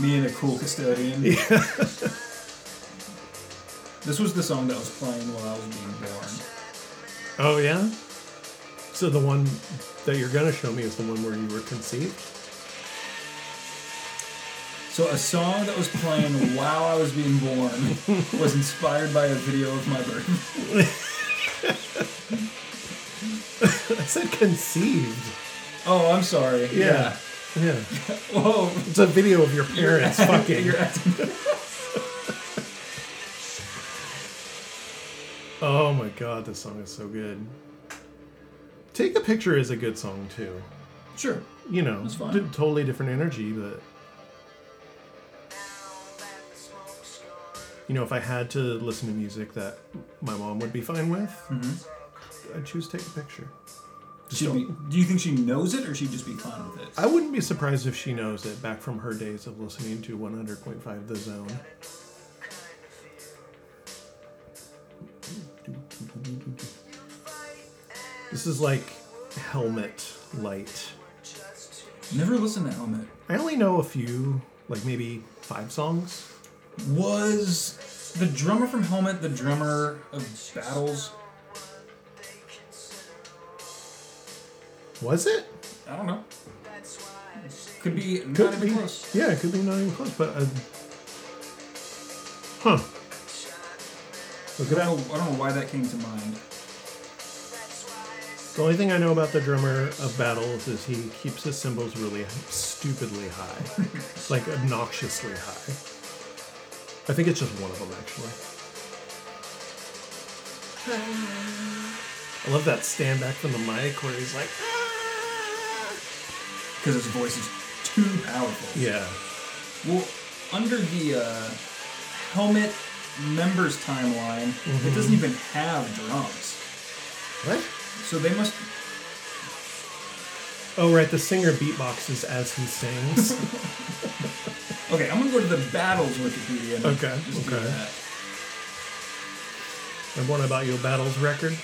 [SPEAKER 2] Me and a cool custodian. this was the song that was playing while I was being born.
[SPEAKER 1] Oh yeah. So the one that you're gonna show me is the one where you were conceived.
[SPEAKER 2] So a song that was playing while I was being born was inspired by a video of my birth.
[SPEAKER 1] I said conceived.
[SPEAKER 2] Oh, I'm sorry.
[SPEAKER 1] Yeah.
[SPEAKER 2] Yeah. Whoa.
[SPEAKER 1] It's a video of your parents fucking.
[SPEAKER 2] You're acting.
[SPEAKER 1] Oh my god, this song is so good. Take a Picture is a good song too.
[SPEAKER 2] Sure.
[SPEAKER 1] You know,
[SPEAKER 2] It's fine.
[SPEAKER 1] d- totally different energy, but you know, if I had to listen to music that my mom would be fine with,
[SPEAKER 2] Mm-hmm.
[SPEAKER 1] I'd choose Take a Picture. Just
[SPEAKER 2] She'd
[SPEAKER 1] don't-
[SPEAKER 2] be, do you think she knows it or she'd just be fine with it?
[SPEAKER 1] I wouldn't be surprised if she knows it back from her days of listening to 100.5 The Zone. This is like Helmet Light.
[SPEAKER 2] Never listened to Helmet.
[SPEAKER 1] I only know a few, like maybe five songs.
[SPEAKER 2] Was the drummer from Helmet the drummer of Battles?
[SPEAKER 1] Was it?
[SPEAKER 2] I don't know. Could be not
[SPEAKER 1] Could
[SPEAKER 2] even
[SPEAKER 1] be.
[SPEAKER 2] close.
[SPEAKER 1] Yeah, it could be not even close, but. Uh, huh. Look
[SPEAKER 2] I
[SPEAKER 1] it
[SPEAKER 2] don't,
[SPEAKER 1] up.
[SPEAKER 2] know, I don't know why that came to mind.
[SPEAKER 1] The only thing I know about the drummer of battles is he keeps his cymbals really stupidly high, like obnoxiously high. I think it's just one of them, actually. I love that stand back from the mic where he's like,
[SPEAKER 2] because his voice is too powerful.
[SPEAKER 1] yeah.
[SPEAKER 2] Well, under the uh, helmet members timeline,
[SPEAKER 1] Mm-hmm.
[SPEAKER 2] it doesn't even have drums,
[SPEAKER 1] What?
[SPEAKER 2] so they must.
[SPEAKER 1] Oh, right, the singer beatboxes as he sings.
[SPEAKER 2] Okay, I'm gonna go to the battles Wikipedia. and
[SPEAKER 1] Okay,
[SPEAKER 2] just do
[SPEAKER 1] okay.
[SPEAKER 2] that.
[SPEAKER 1] and one about your battles record.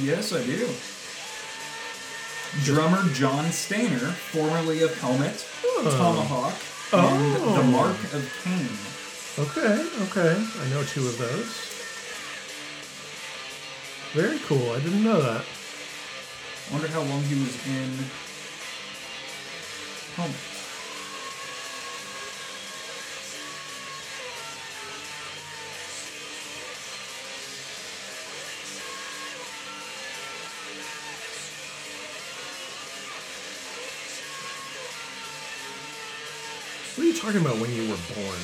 [SPEAKER 2] Yes, I do. Drummer John Stainer, formerly of Helmet, Tomahawk, and
[SPEAKER 1] Oh.
[SPEAKER 2] the Mark of Cain.
[SPEAKER 1] Okay, okay. I know two of those. Very cool. I didn't know that.
[SPEAKER 2] I wonder how long he was in Helmet.
[SPEAKER 1] What are you talking about when you were born?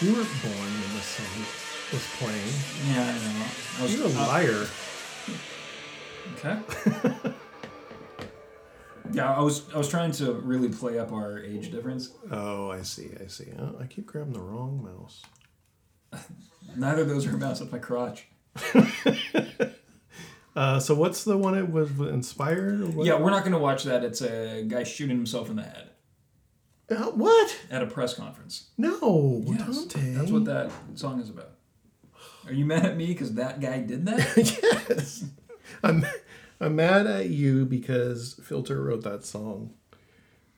[SPEAKER 1] You weren't born when this song was playing.
[SPEAKER 2] Yeah, I know. I was-
[SPEAKER 1] You're a
[SPEAKER 2] uh,
[SPEAKER 1] liar.
[SPEAKER 2] Okay. yeah, I was I was trying to really play up our age difference.
[SPEAKER 1] Oh, I see. I see. Oh, I keep grabbing the wrong mouse.
[SPEAKER 2] Neither of those are mouse up my crotch.
[SPEAKER 1] Uh, so what's the one it was inspired? Or what?
[SPEAKER 2] Yeah, we're not gonna watch that. It's a guy shooting himself in the head
[SPEAKER 1] Uh, what?
[SPEAKER 2] at a press conference.
[SPEAKER 1] No,
[SPEAKER 2] Yes,
[SPEAKER 1] Dante.
[SPEAKER 2] That's what that song is about. Are you mad at me because that guy did that?
[SPEAKER 1] yes. I'm, I'm mad at you because Filter wrote that song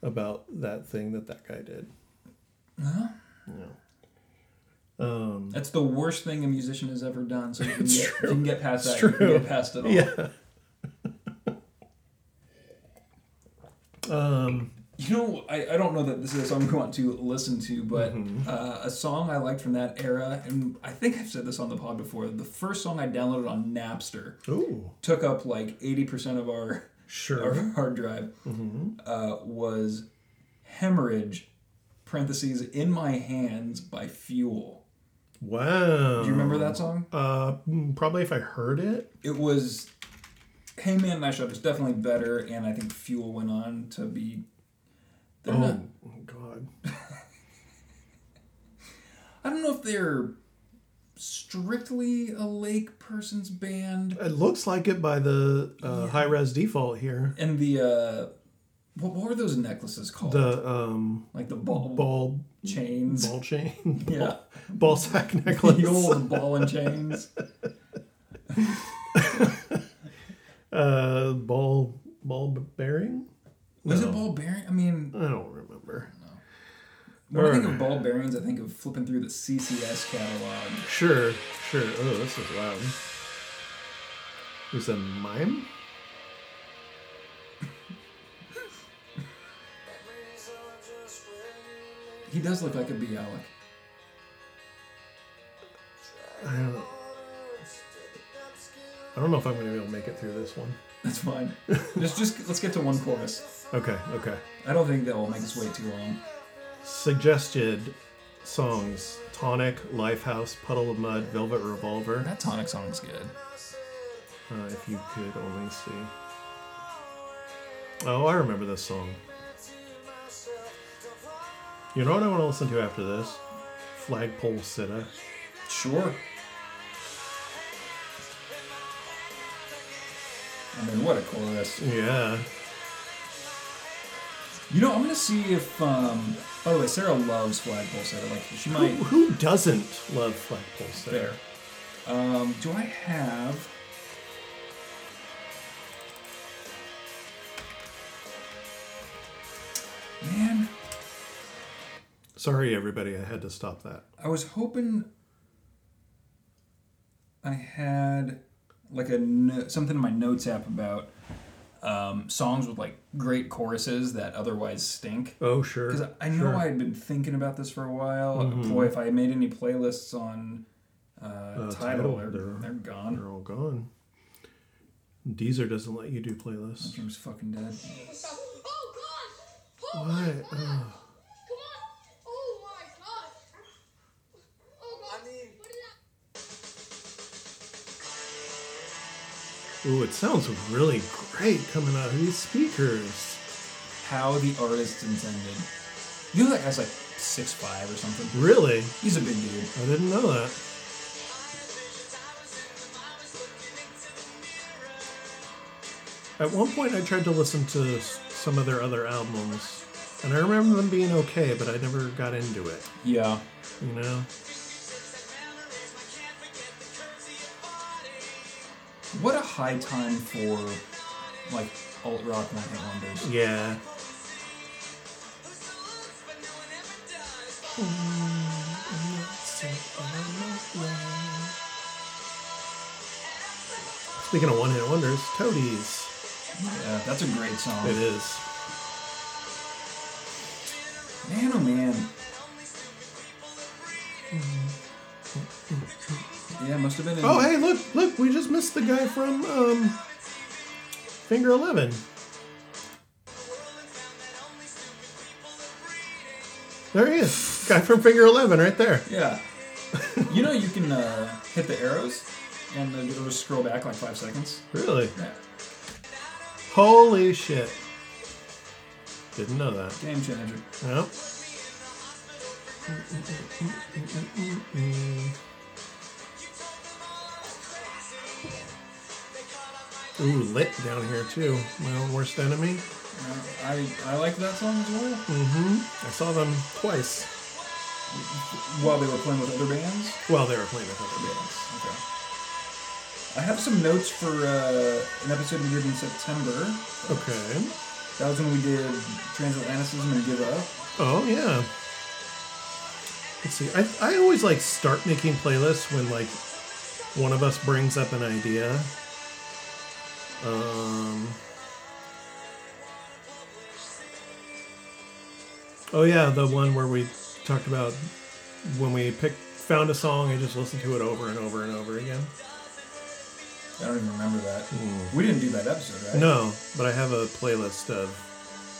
[SPEAKER 1] about that thing that that guy did.
[SPEAKER 2] That's the worst thing a musician has ever done. So you can, get, you can get past that.
[SPEAKER 1] It's
[SPEAKER 2] You can
[SPEAKER 1] true.
[SPEAKER 2] get past it all.
[SPEAKER 1] Yeah.
[SPEAKER 2] You know, I, I don't know that this is a song we want to listen to, but
[SPEAKER 1] Mm-hmm.
[SPEAKER 2] uh, a song I liked from that era, and I think I've said this on the pod before. The first song I downloaded on Napster
[SPEAKER 1] Ooh.
[SPEAKER 2] took up like eighty percent of our our
[SPEAKER 1] Sure. Mm-hmm.
[SPEAKER 2] hard drive. Uh, was "Hemorrhage" (parentheses in my hands) by Fuel.
[SPEAKER 1] Wow.
[SPEAKER 2] Do you remember that song?
[SPEAKER 1] Uh, mm, probably if I heard it.
[SPEAKER 2] It was Hey Man mashup is definitely better, and I think Fuel went on to be. They're not-
[SPEAKER 1] Oh, God.
[SPEAKER 2] I don't know if they're strictly a lake person's band.
[SPEAKER 1] It looks like it by the uh, high res default here.
[SPEAKER 2] And the uh what, what were those necklaces called?
[SPEAKER 1] The um,
[SPEAKER 2] like the ball,
[SPEAKER 1] ball
[SPEAKER 2] chains.
[SPEAKER 1] ball chain,
[SPEAKER 2] yeah.
[SPEAKER 1] ball sack necklace.
[SPEAKER 2] The old ball and chains.
[SPEAKER 1] Uh, ball ball bearing.
[SPEAKER 2] Was it ball bearing? I mean,
[SPEAKER 1] I don't remember.
[SPEAKER 2] when I think of ball bearings, I think of flipping through the CCS catalog.
[SPEAKER 1] Sure, sure. Oh, this is loud. Is that mime?
[SPEAKER 2] He does look like a Bialik.
[SPEAKER 1] I don't. I don't know if I'm gonna be able to make it through this one.
[SPEAKER 2] That's fine. just just let's get to one chorus.
[SPEAKER 1] Okay, okay.
[SPEAKER 2] I don't think that will make us wait too long.
[SPEAKER 1] Suggested songs: Tonic, Lifehouse, Puddle of Mud, Velvet Revolver.
[SPEAKER 2] That tonic song's good.
[SPEAKER 1] Uh, if you could only see. Oh, I remember this song. You know what I want to listen to after this? Flagpole Sitta.
[SPEAKER 2] Sure. I mean, what a chorus.
[SPEAKER 1] Yeah.
[SPEAKER 2] You know, I'm gonna see if. Um, by the way, Sarah loves flagpole setter. Like, she
[SPEAKER 1] Who,
[SPEAKER 2] might.
[SPEAKER 1] who doesn't love Flagpole Sitta?
[SPEAKER 2] There. Um, do I have? Man,
[SPEAKER 1] Sorry, everybody, I had to stop that.
[SPEAKER 2] I was hoping I had like a no- something in my notes app about um, songs with like great choruses that otherwise stink.
[SPEAKER 1] Oh, sure. Mm-hmm.
[SPEAKER 2] Because I know I had been thinking about this for a while. Boy, if I made any playlists on uh,
[SPEAKER 1] Tidal,
[SPEAKER 2] Tidal, they're,
[SPEAKER 1] they're-
[SPEAKER 2] they're gone.
[SPEAKER 1] They're all gone. Deezer doesn't let you do playlists.
[SPEAKER 2] I'm just fucking dead.
[SPEAKER 7] Oh god! Oh my
[SPEAKER 1] What?
[SPEAKER 7] god!
[SPEAKER 1] Ugh.
[SPEAKER 7] Come on! Oh my god! Oh god!
[SPEAKER 6] I mean-
[SPEAKER 7] what is that?
[SPEAKER 1] Ooh, it sounds really great coming out of these speakers.
[SPEAKER 2] How the artist intended. You know that guy's like six five or something.
[SPEAKER 1] Really?
[SPEAKER 2] He's a big dude.
[SPEAKER 1] I didn't know that. At one point, I tried to listen to s- some of their other albums, and I remember them being okay, but I never got into it.
[SPEAKER 2] Yeah.
[SPEAKER 1] You know?
[SPEAKER 2] What a high time for like alt rock one hit wonders.
[SPEAKER 1] Yeah. Speaking of one hit wonders, Toadies.
[SPEAKER 2] Yeah, that's a great song.
[SPEAKER 1] It is.
[SPEAKER 2] Man, oh man. Yeah, must have been. In,
[SPEAKER 1] Oh, hey, look, look, we just missed the guy from um, Finger 11. There he is. Guy from Finger 11 right there.
[SPEAKER 2] Yeah. you know you can uh, hit the arrows and then it'll just scroll back like five seconds.
[SPEAKER 1] Really?
[SPEAKER 2] Yeah.
[SPEAKER 1] Holy shit. Didn't know that.
[SPEAKER 2] Game changer.
[SPEAKER 1] Nope. Ooh, lit down here too. My own worst enemy.
[SPEAKER 2] Uh, I, I like that song as well.
[SPEAKER 1] I saw them twice
[SPEAKER 2] While they were playing with other bands.
[SPEAKER 1] while they were playing with other bands.
[SPEAKER 2] Yes. Okay. I have some notes for uh, an episode we did in September.
[SPEAKER 1] Okay.
[SPEAKER 2] That was when we did Transatlanticism and Give Up.
[SPEAKER 1] Oh yeah. Let's see. I I always like start making playlists when like one of us brings up an idea. Um. Oh yeah, the one where we talked about when we picked found a song and just listened to it over and over and over again.
[SPEAKER 2] I don't even remember that. We didn't do that episode, right?
[SPEAKER 1] Hmm. No, but I have a playlist of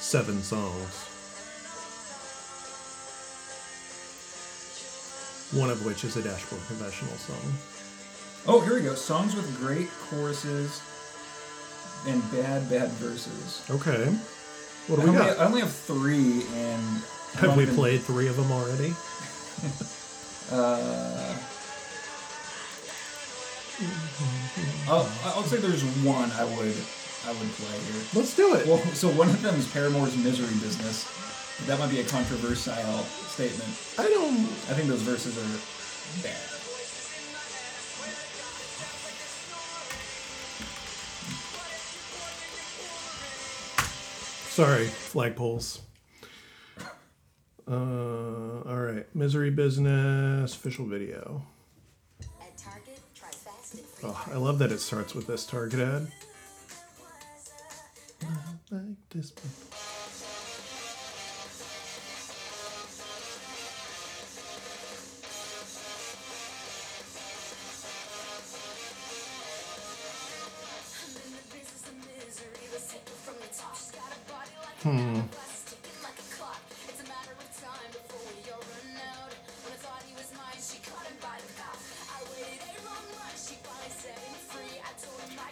[SPEAKER 1] seven songs. One of which is a Dashboard Confessional song.
[SPEAKER 2] Oh, here we go. Songs with great choruses and bad, bad verses.
[SPEAKER 1] Okay. What
[SPEAKER 2] I
[SPEAKER 1] do we
[SPEAKER 2] only,
[SPEAKER 1] got?
[SPEAKER 2] I only have three, and
[SPEAKER 1] Have we
[SPEAKER 2] Robin-
[SPEAKER 1] played three of them already?
[SPEAKER 2] Uh, I'll, Oh, I'll say there's one I would I would play here.
[SPEAKER 1] Let's do it.
[SPEAKER 2] Well, so one of them is Paramore's Misery Business. That might be a controversial statement.
[SPEAKER 1] I don't.
[SPEAKER 2] I think those verses are bad.
[SPEAKER 1] Sorry, flagpoles. Uh, all right. Misery Business official video.
[SPEAKER 3] At Target, try fast and free.
[SPEAKER 1] Oh, I love that it starts with this Target ad. Like this.
[SPEAKER 3] Hmm.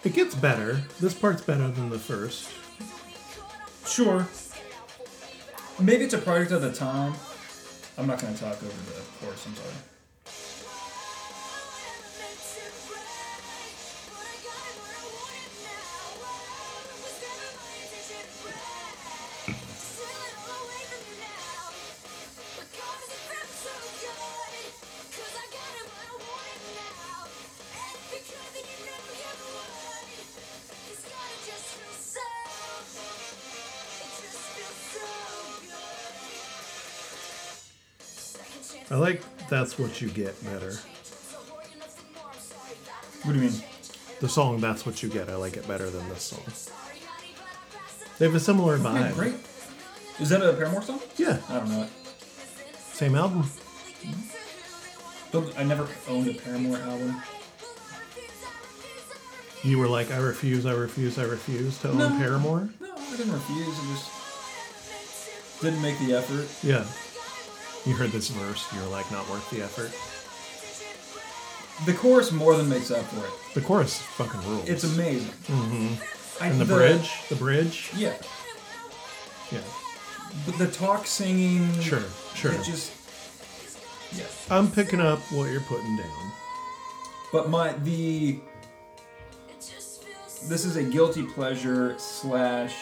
[SPEAKER 1] It gets better. This part's better than the first.
[SPEAKER 2] Sure. Maybe it's a product of the time. I'm not going to talk over the chorus. I'm sorry.
[SPEAKER 7] Just feels so, it just feels so good.
[SPEAKER 1] I like that's what you get better.
[SPEAKER 2] What do you mean?
[SPEAKER 1] The song That's What You Get, I like it better than this song. They have a similar
[SPEAKER 2] Okay,
[SPEAKER 1] vibe.
[SPEAKER 2] great. Is that a Paramore song?
[SPEAKER 1] Yeah,
[SPEAKER 2] I don't know. it.
[SPEAKER 1] same album.
[SPEAKER 2] Don't- I never owned a Paramore album.
[SPEAKER 1] You were like, I refuse, I refuse, I refuse to own
[SPEAKER 2] No.
[SPEAKER 1] Paramore.
[SPEAKER 2] No, I didn't refuse. I just didn't make the effort.
[SPEAKER 1] Yeah. You heard this verse, you were like, not worth the effort.
[SPEAKER 2] The chorus more than makes up for it.
[SPEAKER 1] The chorus fucking rules.
[SPEAKER 2] It's amazing. Mm-hmm. I,
[SPEAKER 1] And the, bridge, the bridge.
[SPEAKER 2] Yeah,
[SPEAKER 1] Yeah,
[SPEAKER 2] but the talk singing.
[SPEAKER 1] sure, sure.
[SPEAKER 2] It just. Yeah.
[SPEAKER 1] I'm picking up what you're putting down.
[SPEAKER 2] But my the. This is a guilty pleasure slash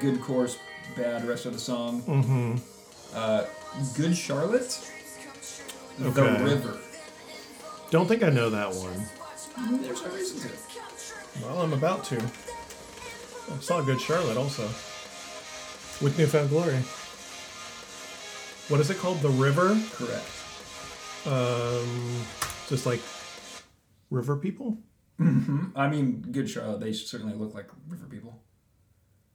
[SPEAKER 2] good chorus, bad rest of the song. Mm-hmm. Uh, good Charlotte.
[SPEAKER 1] Okay.
[SPEAKER 2] The river.
[SPEAKER 1] Don't think I know that one.
[SPEAKER 2] There's no reason to.
[SPEAKER 1] Well, I'm about to. I saw Good Charlotte also. With Newfound Glory. What is it called? The River?
[SPEAKER 2] Correct.
[SPEAKER 1] Um, just like River People?
[SPEAKER 2] I mean, good Charlotte. They certainly look like river people.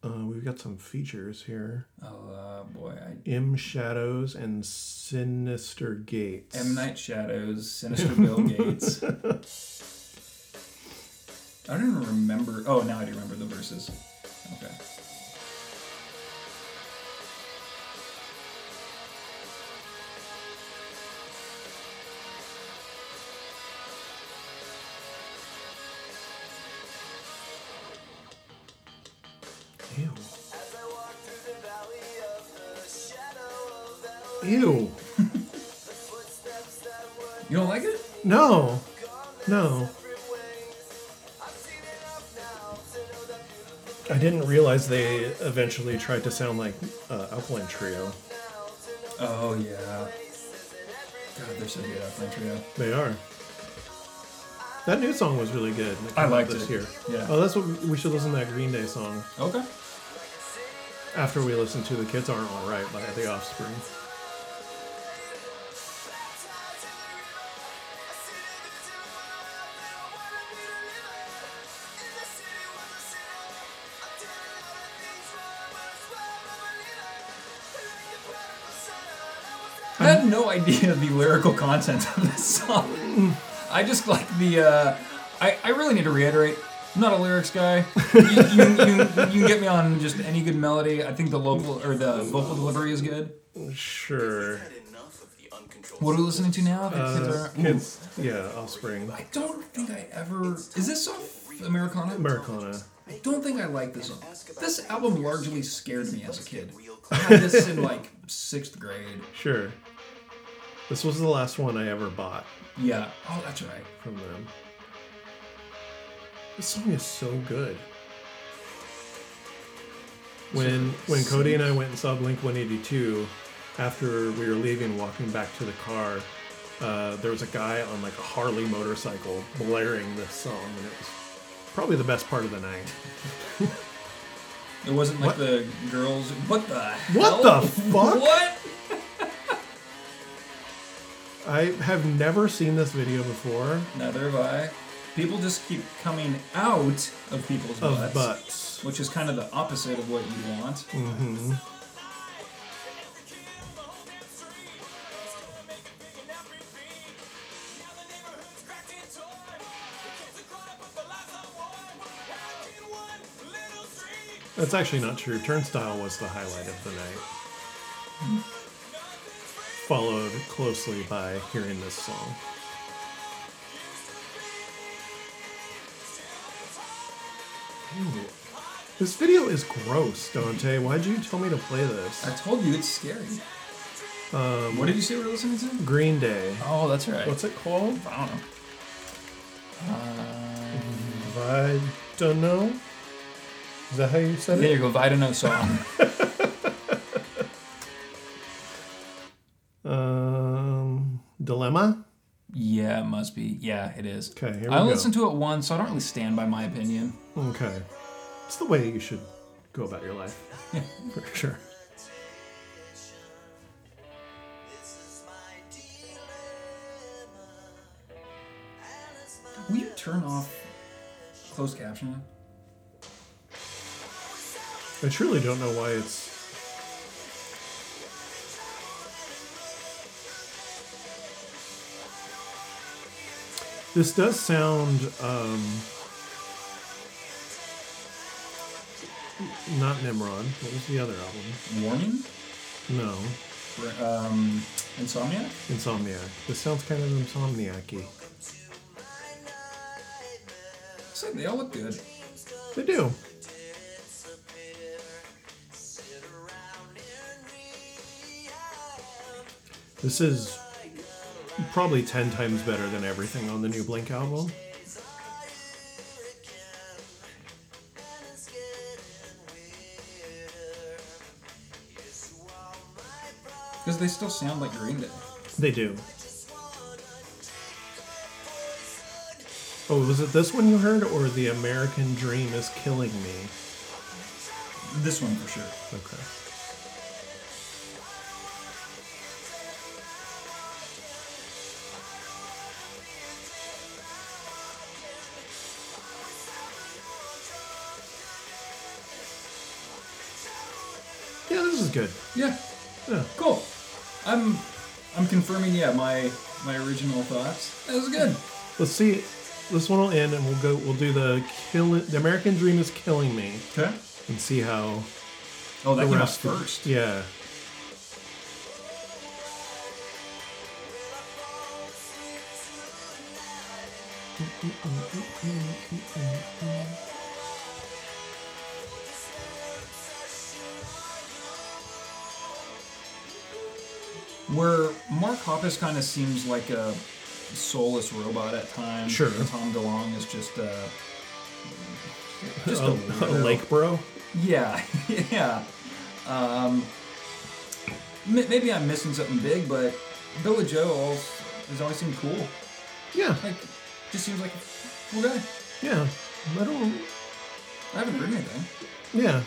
[SPEAKER 1] Uh, we've got some features here.
[SPEAKER 2] Oh uh, boy, I,
[SPEAKER 1] M Shadows and Sinister Gates.
[SPEAKER 2] M Night Shadows, Sinister Bill Gates. I don't even remember. Oh, now I do remember the verses. Okay.
[SPEAKER 1] Ew.
[SPEAKER 2] You don't like it?
[SPEAKER 1] No. No. I didn't realize they eventually tried to sound like uh, Alkaline Trio.
[SPEAKER 2] Oh yeah. God, they're so good out there, Trio.
[SPEAKER 1] They are. That new song was really good. that
[SPEAKER 2] I
[SPEAKER 1] came out
[SPEAKER 2] liked
[SPEAKER 1] this
[SPEAKER 2] it.
[SPEAKER 1] year.
[SPEAKER 2] Yeah.
[SPEAKER 1] Oh, that's what we- we should listen to that Green Day song
[SPEAKER 2] Okay.
[SPEAKER 1] after we listen to "The Kids Aren't All Right" by The Offspring.
[SPEAKER 2] I had no idea the lyrical content of this song. I just like the. Uh, I I really need to reiterate. I'm not a lyrics guy. You, you, you, you can get me on just any good melody. I think the local or the vocal delivery is good.
[SPEAKER 1] Sure.
[SPEAKER 2] What are we listening to now? The kids
[SPEAKER 1] Uh,
[SPEAKER 2] are-
[SPEAKER 1] kids, yeah, Offspring,
[SPEAKER 2] I don't think I ever. Is this off Americana?
[SPEAKER 1] Americana.
[SPEAKER 2] I don't think I like this one. This album largely scared me as a kid. I had this in like sixth grade.
[SPEAKER 1] Sure. This was the last one I ever bought
[SPEAKER 2] Yeah. Oh, that's right.
[SPEAKER 1] from them. This song is so good. When when Cody and I went and saw Blink 182, after we were leaving, walking back to the car, uh, there was a guy on like a Harley motorcycle blaring this song, and it was probably the best part of the night.
[SPEAKER 2] It wasn't like the girls. What the?
[SPEAKER 1] What
[SPEAKER 2] hell?
[SPEAKER 1] the fuck?
[SPEAKER 2] What?
[SPEAKER 1] I have never seen this video before
[SPEAKER 2] Neither have I. People just keep coming out of people's
[SPEAKER 1] of
[SPEAKER 2] butts,
[SPEAKER 1] butts.
[SPEAKER 2] which is kind of the opposite of what you want.
[SPEAKER 1] Mm. That's actually not true. Turnstile was the highlight of the night. Followed closely by hearing this song. Ew. This video is gross, Dante. Why'd you tell me to play this?
[SPEAKER 2] I told you it's scary. Um, what did you say we were listening to?
[SPEAKER 1] Green Day.
[SPEAKER 2] Oh, that's right.
[SPEAKER 1] What's it called?
[SPEAKER 2] I don't know.
[SPEAKER 1] I don't know. Is that how you said
[SPEAKER 2] There
[SPEAKER 1] it?
[SPEAKER 2] you go, Vidano song.
[SPEAKER 1] Um, Dilemma.
[SPEAKER 2] yeah, it must be. Yeah, it is.
[SPEAKER 1] 'Kay, here we
[SPEAKER 2] I
[SPEAKER 1] go.
[SPEAKER 2] listened to it once, so I don't really stand by my opinion.
[SPEAKER 1] Okay. It's the way you should go about your life. For sure.
[SPEAKER 2] Will you turn off closed captioning?
[SPEAKER 1] I truly don't know why it's. This does sound um, not Nimrod. What was the other album?
[SPEAKER 2] Warning?
[SPEAKER 1] No,
[SPEAKER 2] For, Um, Insomnia?
[SPEAKER 1] Insomniac. This sounds kind of Insomniac-y.
[SPEAKER 2] So they all look good.
[SPEAKER 1] They do. This is probably 10 times better than everything on the new Blink album.
[SPEAKER 2] Because they still sound like Green Day.
[SPEAKER 1] They do. Oh, was it this one you heard or The American Dream is Killing Me?
[SPEAKER 2] This one for sure.
[SPEAKER 1] Okay. Yeah, this is good.
[SPEAKER 2] Yeah.
[SPEAKER 1] Yeah.
[SPEAKER 2] Cool. I'm I'm confirming, yeah, my my original thoughts. That was good.
[SPEAKER 1] Let's see. This one will end, and we'll go. We'll do the kill. The American Dream is killing me,
[SPEAKER 2] Okay.
[SPEAKER 1] and see how
[SPEAKER 2] Oh, that
[SPEAKER 1] the
[SPEAKER 2] came out
[SPEAKER 1] rest.
[SPEAKER 2] first.
[SPEAKER 1] Yeah.
[SPEAKER 2] where Mark Hoppus kind of seems like a soulless robot at times.
[SPEAKER 1] Sure.
[SPEAKER 2] Tom DeLong is just a just
[SPEAKER 1] A,
[SPEAKER 2] a,
[SPEAKER 1] a
[SPEAKER 2] weirdo.
[SPEAKER 1] lake bro.
[SPEAKER 2] Yeah, yeah. Um, m- maybe I'm missing something big, but Billy Joe always, has always seemed cool.
[SPEAKER 1] Yeah,
[SPEAKER 2] Like, just seems like a cool guy.
[SPEAKER 1] yeah. I don't.
[SPEAKER 2] I haven't heard anything.
[SPEAKER 1] Yeah,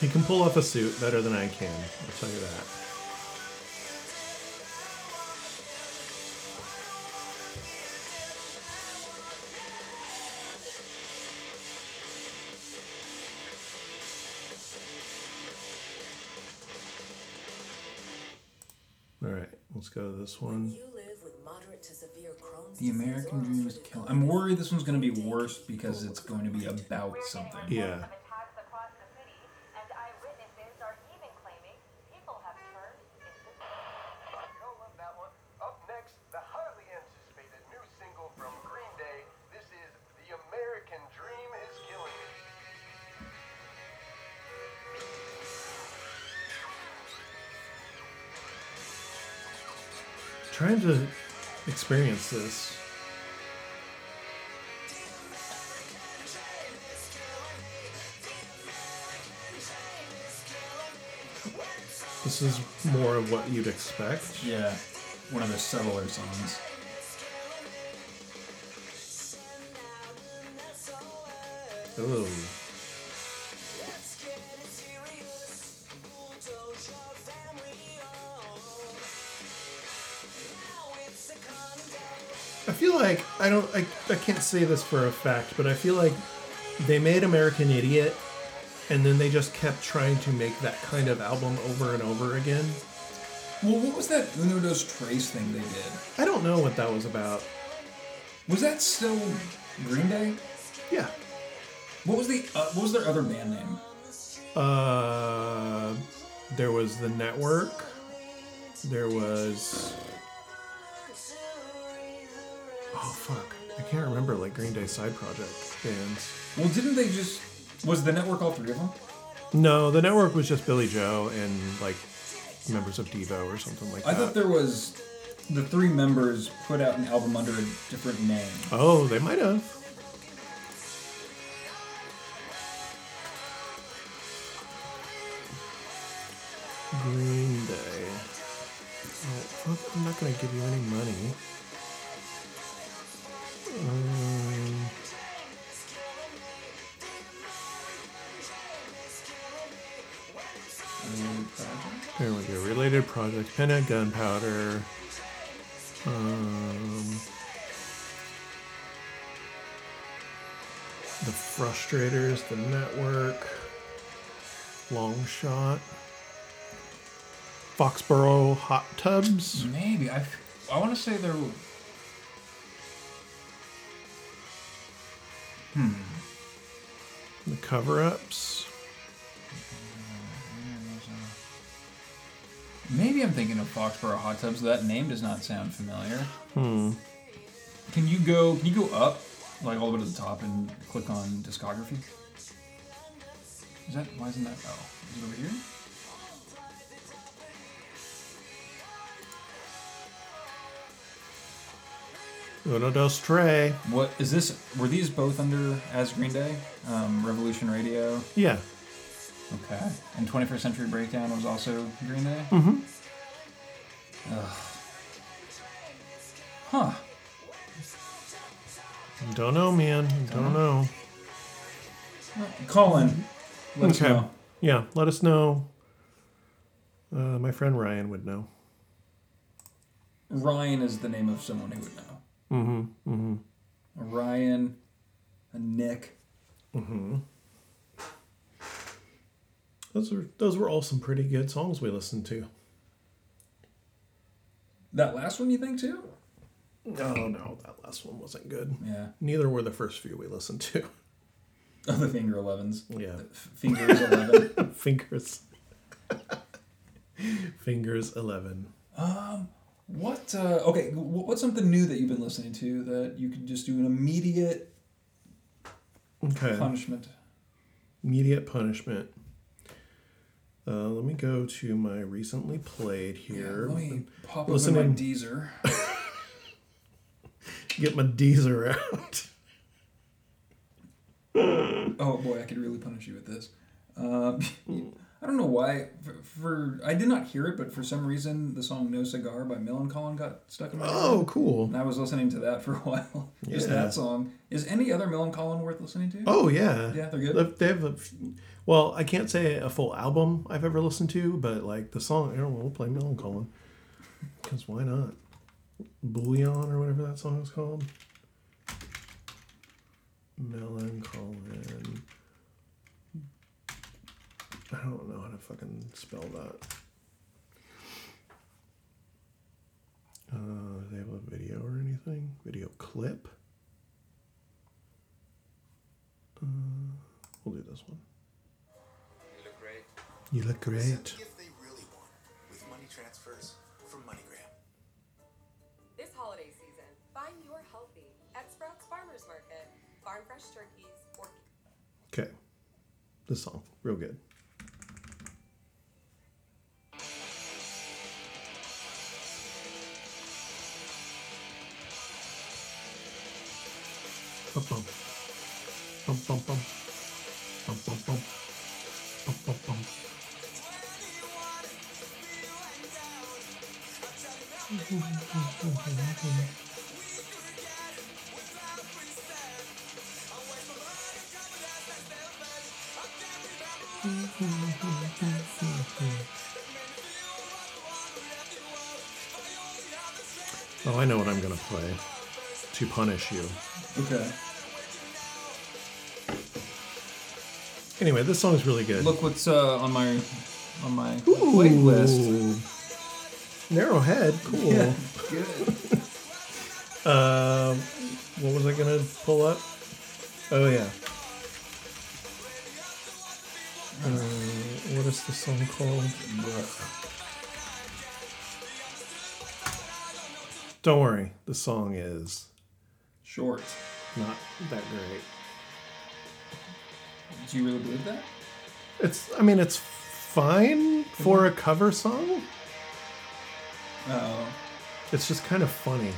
[SPEAKER 1] he can pull off a suit better than I can. I'll tell you that. All right, let's go to this one.
[SPEAKER 3] You live with moderate to severe Crohn's
[SPEAKER 2] The
[SPEAKER 3] disease
[SPEAKER 2] American
[SPEAKER 3] or
[SPEAKER 2] Dream is
[SPEAKER 3] ulcerative
[SPEAKER 2] killing. I'm worried this one's gonna be worse because it's going to be about something.
[SPEAKER 1] Yeah.
[SPEAKER 8] Don't love that one. Up next, the highly anticipated new single from Green Day. This is The American Dream is Killing Me.
[SPEAKER 1] Trying to experience this. This is more of what you'd expect.
[SPEAKER 2] Yeah, one of the subtler songs.
[SPEAKER 1] Ooh. I feel like I don't I, I can't say this for a fact, but I feel like they made American Idiot and then they just kept trying to make that kind of album over and over again.
[SPEAKER 2] Well, what was that Uno Dos Trace thing they did?
[SPEAKER 1] I don't know what that was about.
[SPEAKER 2] Was that still Green Day?
[SPEAKER 1] Yeah.
[SPEAKER 2] What was the uh, What was their other band name?
[SPEAKER 1] Uh there was the network. There was Oh fuck. I can't remember like Green Day side project bands.
[SPEAKER 2] Well, didn't they just was the network all three of them?
[SPEAKER 1] No, the network was just Billy Joe and like members of Devo or something like
[SPEAKER 2] I
[SPEAKER 1] that.
[SPEAKER 2] thought there was the three members put out an album under a different name.
[SPEAKER 1] oh, they might have. Green Day. Oh, fuck, I'm not gonna give you any money. Um, There we go. Related project, pen and gunpowder. Um, the frustrators, the network, long shot, Foxborough hot tubs.
[SPEAKER 2] Maybe I I want to say there. Hmm.
[SPEAKER 1] The cover ups.
[SPEAKER 2] Maybe I'm thinking of Foxborough Hot Tubs. That name does not sound familiar. Hmm. Can you go? Can you go up, like all the way to the top, and click on discography? Is that why isn't that? Oh, is it over here?
[SPEAKER 1] Uno dos tres.
[SPEAKER 2] What is this? Were these both under as Green Day? Um, Revolution Radio.
[SPEAKER 1] Yeah.
[SPEAKER 2] Okay. And 21st Century Breakdown was also Green Day? Mm-hmm. Huh.
[SPEAKER 1] Don't know, man. Don't know.
[SPEAKER 2] Hmm. Colin. Let us know.
[SPEAKER 1] Yeah. Let us know. Uh, my friend Ryan would know.
[SPEAKER 2] Ryan is the name of someone who would know. Mm-hmm. Mm-hmm. A Ryan, a Nick.
[SPEAKER 1] Those are those were all some pretty good songs we listened to.
[SPEAKER 2] That last one you think too?
[SPEAKER 1] Oh no, that last one wasn't good.
[SPEAKER 2] Yeah.
[SPEAKER 1] Neither were the first few we listened to.
[SPEAKER 2] of the finger 11s.
[SPEAKER 1] Yeah.
[SPEAKER 2] Fingers 11.
[SPEAKER 1] Fingers. Fingers 11.
[SPEAKER 2] What? Uh, okay. wh- What's something new that you've been listening to that you could just do an immediate
[SPEAKER 1] Okay.
[SPEAKER 2] punishment?
[SPEAKER 1] Immediate punishment. Uh, let me go to my recently played here.
[SPEAKER 2] Let me pop
[SPEAKER 1] Listen
[SPEAKER 2] open
[SPEAKER 1] in.
[SPEAKER 2] my Deezer.
[SPEAKER 1] Get my Deezer out.
[SPEAKER 2] Oh boy, I could really punish you with this. Um, I don't know why. For, for I did not hear it, but for some reason, the song "No Cigar" by Millencolin got stuck in my.
[SPEAKER 1] Oh,
[SPEAKER 2] head.
[SPEAKER 1] cool.
[SPEAKER 2] And I was listening to that for a while. Just
[SPEAKER 1] Yeah.
[SPEAKER 2] that song. Is any other Millencolin worth listening to?
[SPEAKER 1] Oh, yeah.
[SPEAKER 2] Yeah, they're good?
[SPEAKER 1] They- They have a, f- well, I can't say a full album I've ever listened to, but like the song, I don't know, we'll play Melancholy. Because why not? Bouillon or whatever that song is called. Melancholy. I don't know how to fucking spell that. Uh, they have a video or anything? Video clip? We'll do this one.
[SPEAKER 8] You look great.
[SPEAKER 1] You look great.
[SPEAKER 9] If they really want, with money transfers from MoneyGram.
[SPEAKER 3] This holiday season, find your healthy at Sprouts Farmers Market. Farm fresh turkeys, pork
[SPEAKER 1] Okay. This song, real good. Bum bum. Bum bum bum. Bum bum bum. Bum bum bum. Oh, I know what I'm gonna play. To punish you.
[SPEAKER 2] Okay.
[SPEAKER 1] Anyway, this song's really good.
[SPEAKER 2] Look what's uh, on my on my playlist.
[SPEAKER 1] Narrow head, cool.
[SPEAKER 2] Yeah, good.
[SPEAKER 1] Um, what was I gonna pull up? Oh yeah. Uh, what is the song called? Don't worry, the song is
[SPEAKER 2] Short.
[SPEAKER 1] not that great.
[SPEAKER 2] Do you really believe that?
[SPEAKER 1] It's, I mean, it's fine for a cover song.
[SPEAKER 2] Oh.
[SPEAKER 1] It's just kind of funny.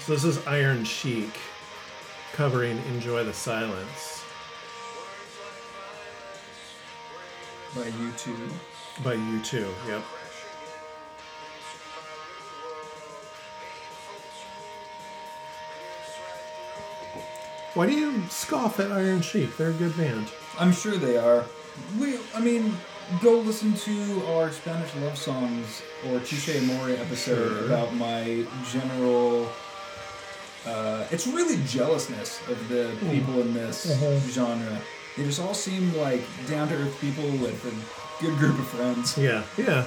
[SPEAKER 1] So this is Iron Sheik covering Enjoy the Silence
[SPEAKER 2] By YouTube.
[SPEAKER 1] by U2. Yep. Why do you scoff at Iron Sheik? They're a good band.
[SPEAKER 2] I'm sure they are. We, I mean, go listen to our Spanish love songs or Touche Amore episode
[SPEAKER 1] Sure.
[SPEAKER 2] about my general. Uh, it's really jealousness of the people in this genre. They just all seem like down to earth people with a good group of friends.
[SPEAKER 1] Yeah, yeah.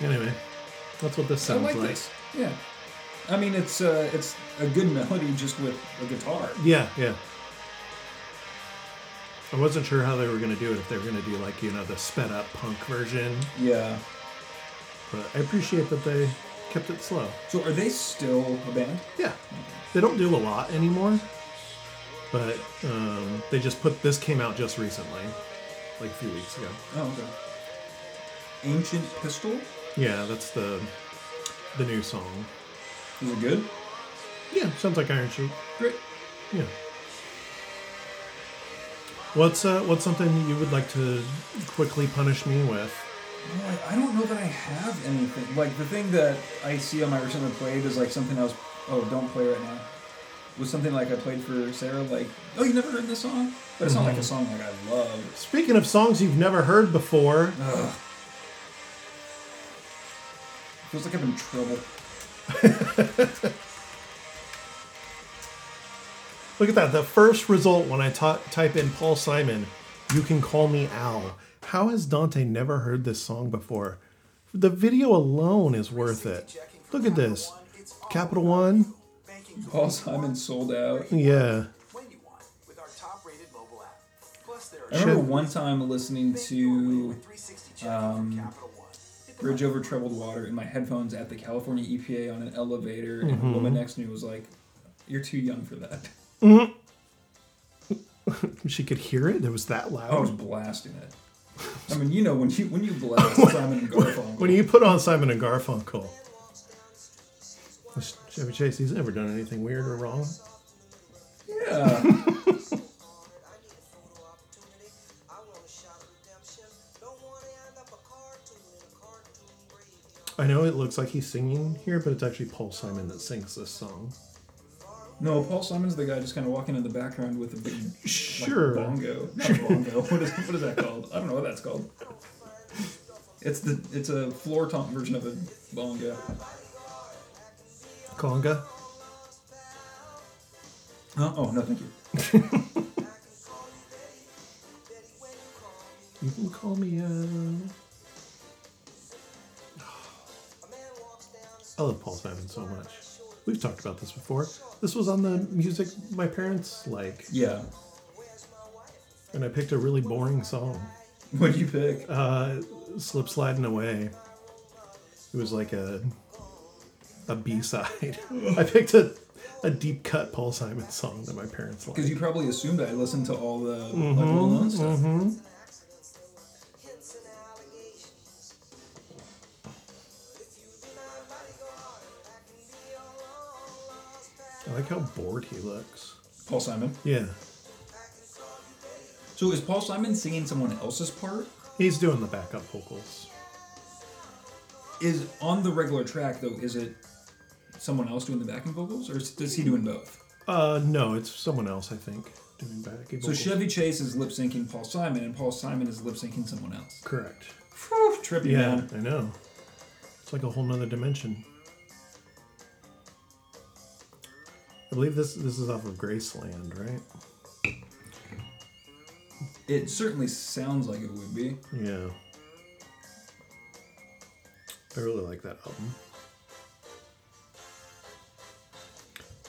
[SPEAKER 1] Anyway, that's what this
[SPEAKER 2] I
[SPEAKER 1] sounds
[SPEAKER 2] like this. Yeah. I mean, it's uh, it's a good melody just with a guitar.
[SPEAKER 1] Yeah, yeah. I wasn't sure how they were going to do it, if they were going to do, like, you know, the sped up punk version,
[SPEAKER 2] Yeah.
[SPEAKER 1] but I appreciate that they kept it slow.
[SPEAKER 2] So are they still a band?
[SPEAKER 1] Yeah. They don't do a lot anymore, but um, they just put this came out just recently, like a few weeks ago.
[SPEAKER 2] Oh, okay. Ancient Pistol?
[SPEAKER 1] Yeah, that's the the new song.
[SPEAKER 2] Is it good?
[SPEAKER 1] Yeah, sounds like Iron Sheik.
[SPEAKER 2] Great.
[SPEAKER 1] Yeah. What's uh, what's something you would like to quickly punish me with?
[SPEAKER 2] Boy, I don't know that I have anything. Like the thing that I see on my recently played is like something I was. Oh, don't play right now. Was something like I played for Sarah. Like, oh, you never heard this song? But it's not like a song like I love.
[SPEAKER 1] Speaking of songs you've never heard before,
[SPEAKER 2] feels like I'm in trouble.
[SPEAKER 1] Look at that. The first result when I ty- type in Paul Simon, you can call me Al. How has Dante never heard this song before? The video alone is worth it. Look at this. Capital One.
[SPEAKER 2] Paul Simon sold out.
[SPEAKER 1] Yeah.
[SPEAKER 9] When you want, with our top-rated mobile app. Plus, there
[SPEAKER 2] I
[SPEAKER 9] are
[SPEAKER 2] remember
[SPEAKER 1] Shit.
[SPEAKER 2] one time listening to
[SPEAKER 9] 360 checking from Capital One.
[SPEAKER 2] Bridge Over Troubled Water in my headphones at the California EPA on an elevator, and the woman next to me was like, You're too young for that.
[SPEAKER 1] She could hear it. It was that
[SPEAKER 2] I was
[SPEAKER 1] loud.
[SPEAKER 2] blasting it. I mean, you know, when you when you blast Simon and Garfunkel,
[SPEAKER 1] When you put on Simon and Garfunkel, Chevy Chase, he's never done anything weird or wrong.
[SPEAKER 2] yeah,
[SPEAKER 1] I know it looks like he's singing here, but it's actually Paul Simon that sings this song.
[SPEAKER 2] no, Paul Simon's the guy just kind of walking in the background with a big like,
[SPEAKER 1] Sure.
[SPEAKER 2] bongo, not a bongo. What is what is that called? I don't know what that's called. It's the it's a floor tom version of a bongo.
[SPEAKER 1] Conga.
[SPEAKER 2] Huh? Oh no, thank you.
[SPEAKER 1] You can call me uh, Al. I love Paul Simon so much. We've talked about this before. This was on the music my parents like,
[SPEAKER 2] Yeah,
[SPEAKER 1] and I picked a really boring song,
[SPEAKER 2] what'd you pick?
[SPEAKER 1] uh, "Slip Sliding Away." It was like a a B side. I picked a a deep cut Paul Simon song that my parents
[SPEAKER 2] Because
[SPEAKER 1] liked.
[SPEAKER 2] you probably assumed I listened to all the Like Home
[SPEAKER 1] Mm-hmm,
[SPEAKER 2] Alone stuff.
[SPEAKER 1] I like how bored he looks.
[SPEAKER 2] Paul Simon.
[SPEAKER 1] Yeah,
[SPEAKER 2] So is Paul Simon singing someone else's part?
[SPEAKER 1] he's doing the backup vocals.
[SPEAKER 2] Is on the regular track though? Is it someone else doing the backing vocals, or is- does he doing both?
[SPEAKER 1] Uh, no, it's someone else. I think doing back.
[SPEAKER 2] So Chevy Chase is lip syncing Paul Simon, and Paul Simon is lip syncing someone else.
[SPEAKER 1] Correct.
[SPEAKER 2] Phew, trippy
[SPEAKER 1] Yeah,
[SPEAKER 2] man.
[SPEAKER 1] I know. It's like a whole nother dimension. I believe this this is off of Graceland, right?
[SPEAKER 2] It certainly sounds like it would be.
[SPEAKER 1] Yeah. I really like that album.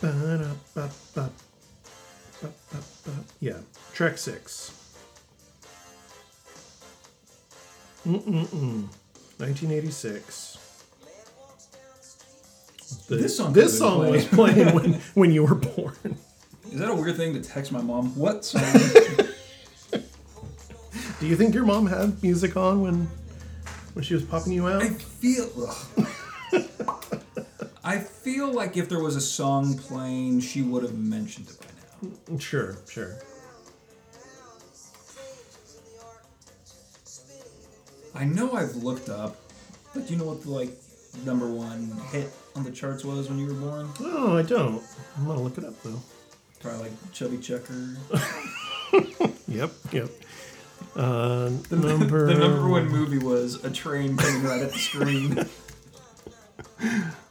[SPEAKER 1] Ba-da-ba-ba. Ba-ba-ba. Yeah, track six. Mm-mm-mm. 1986. The-
[SPEAKER 2] This song
[SPEAKER 1] this
[SPEAKER 2] could've
[SPEAKER 1] song
[SPEAKER 2] been
[SPEAKER 1] was playing when, when you were born.
[SPEAKER 2] Is that a weird thing to text my mom? What song?
[SPEAKER 1] Do you think your mom had music on when when she was popping you out?
[SPEAKER 2] I feel. ugh. I feel like if there was a song playing, she would have mentioned it by now.
[SPEAKER 1] Sure, sure.
[SPEAKER 2] I know I've looked up, but do you know what the like number one hit on the charts was when you were born?
[SPEAKER 1] No, Oh, I don't. I'm gonna look it up though.
[SPEAKER 2] Probably like Chubby Checker.
[SPEAKER 1] Yep, yep. Uh,
[SPEAKER 2] The
[SPEAKER 1] number
[SPEAKER 2] the number one movie was a train coming right at the screen.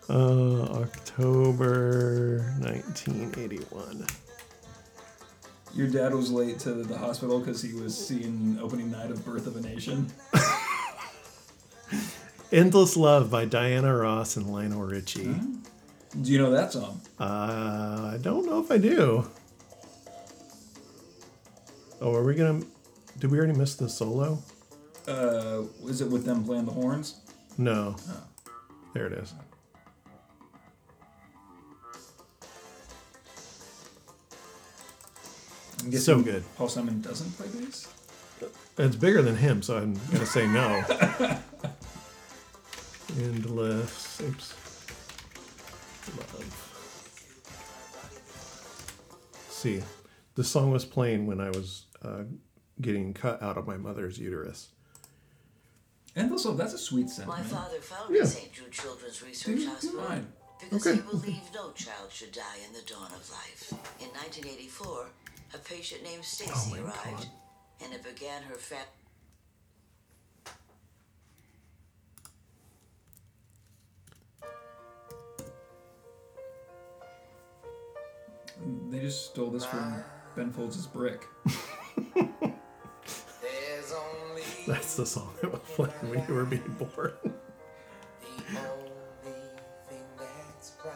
[SPEAKER 1] Uh, October 1981.
[SPEAKER 2] Your dad was late to the hospital because he was seeing opening night of Birth of a Nation.
[SPEAKER 1] Endless Love by Diana Ross and Lionel Richie.
[SPEAKER 2] Hmm. Do you know that song?
[SPEAKER 1] Uh, I don't know if I do. Oh, are we gonna? Did we already miss the solo?
[SPEAKER 2] Uh, is it with them playing the horns?
[SPEAKER 1] No. There it is.
[SPEAKER 2] I'm guessing
[SPEAKER 1] So good.
[SPEAKER 2] Paul Simon doesn't play bass.
[SPEAKER 1] It's bigger than him, so I'm gonna say no. Endless. Oops. Love. See, the song was playing when I was uh, getting cut out of my mother's uterus.
[SPEAKER 2] And also, that's a sweet
[SPEAKER 10] My
[SPEAKER 2] sentiment.
[SPEAKER 10] father founded
[SPEAKER 1] Yeah.
[SPEAKER 10] St. Jude Children's Research
[SPEAKER 2] Dude,
[SPEAKER 10] Hospital
[SPEAKER 2] Mm-hmm. come on.
[SPEAKER 10] because
[SPEAKER 1] Okay.
[SPEAKER 10] he believed no child should die in the dawn of life. In 1984, a patient named Stacy arrived, and it began her fa-
[SPEAKER 2] They just stole this from Ben Folds' Brick.
[SPEAKER 4] There's only
[SPEAKER 1] That's the song that was playing when you were being born.
[SPEAKER 4] the only thing that's right.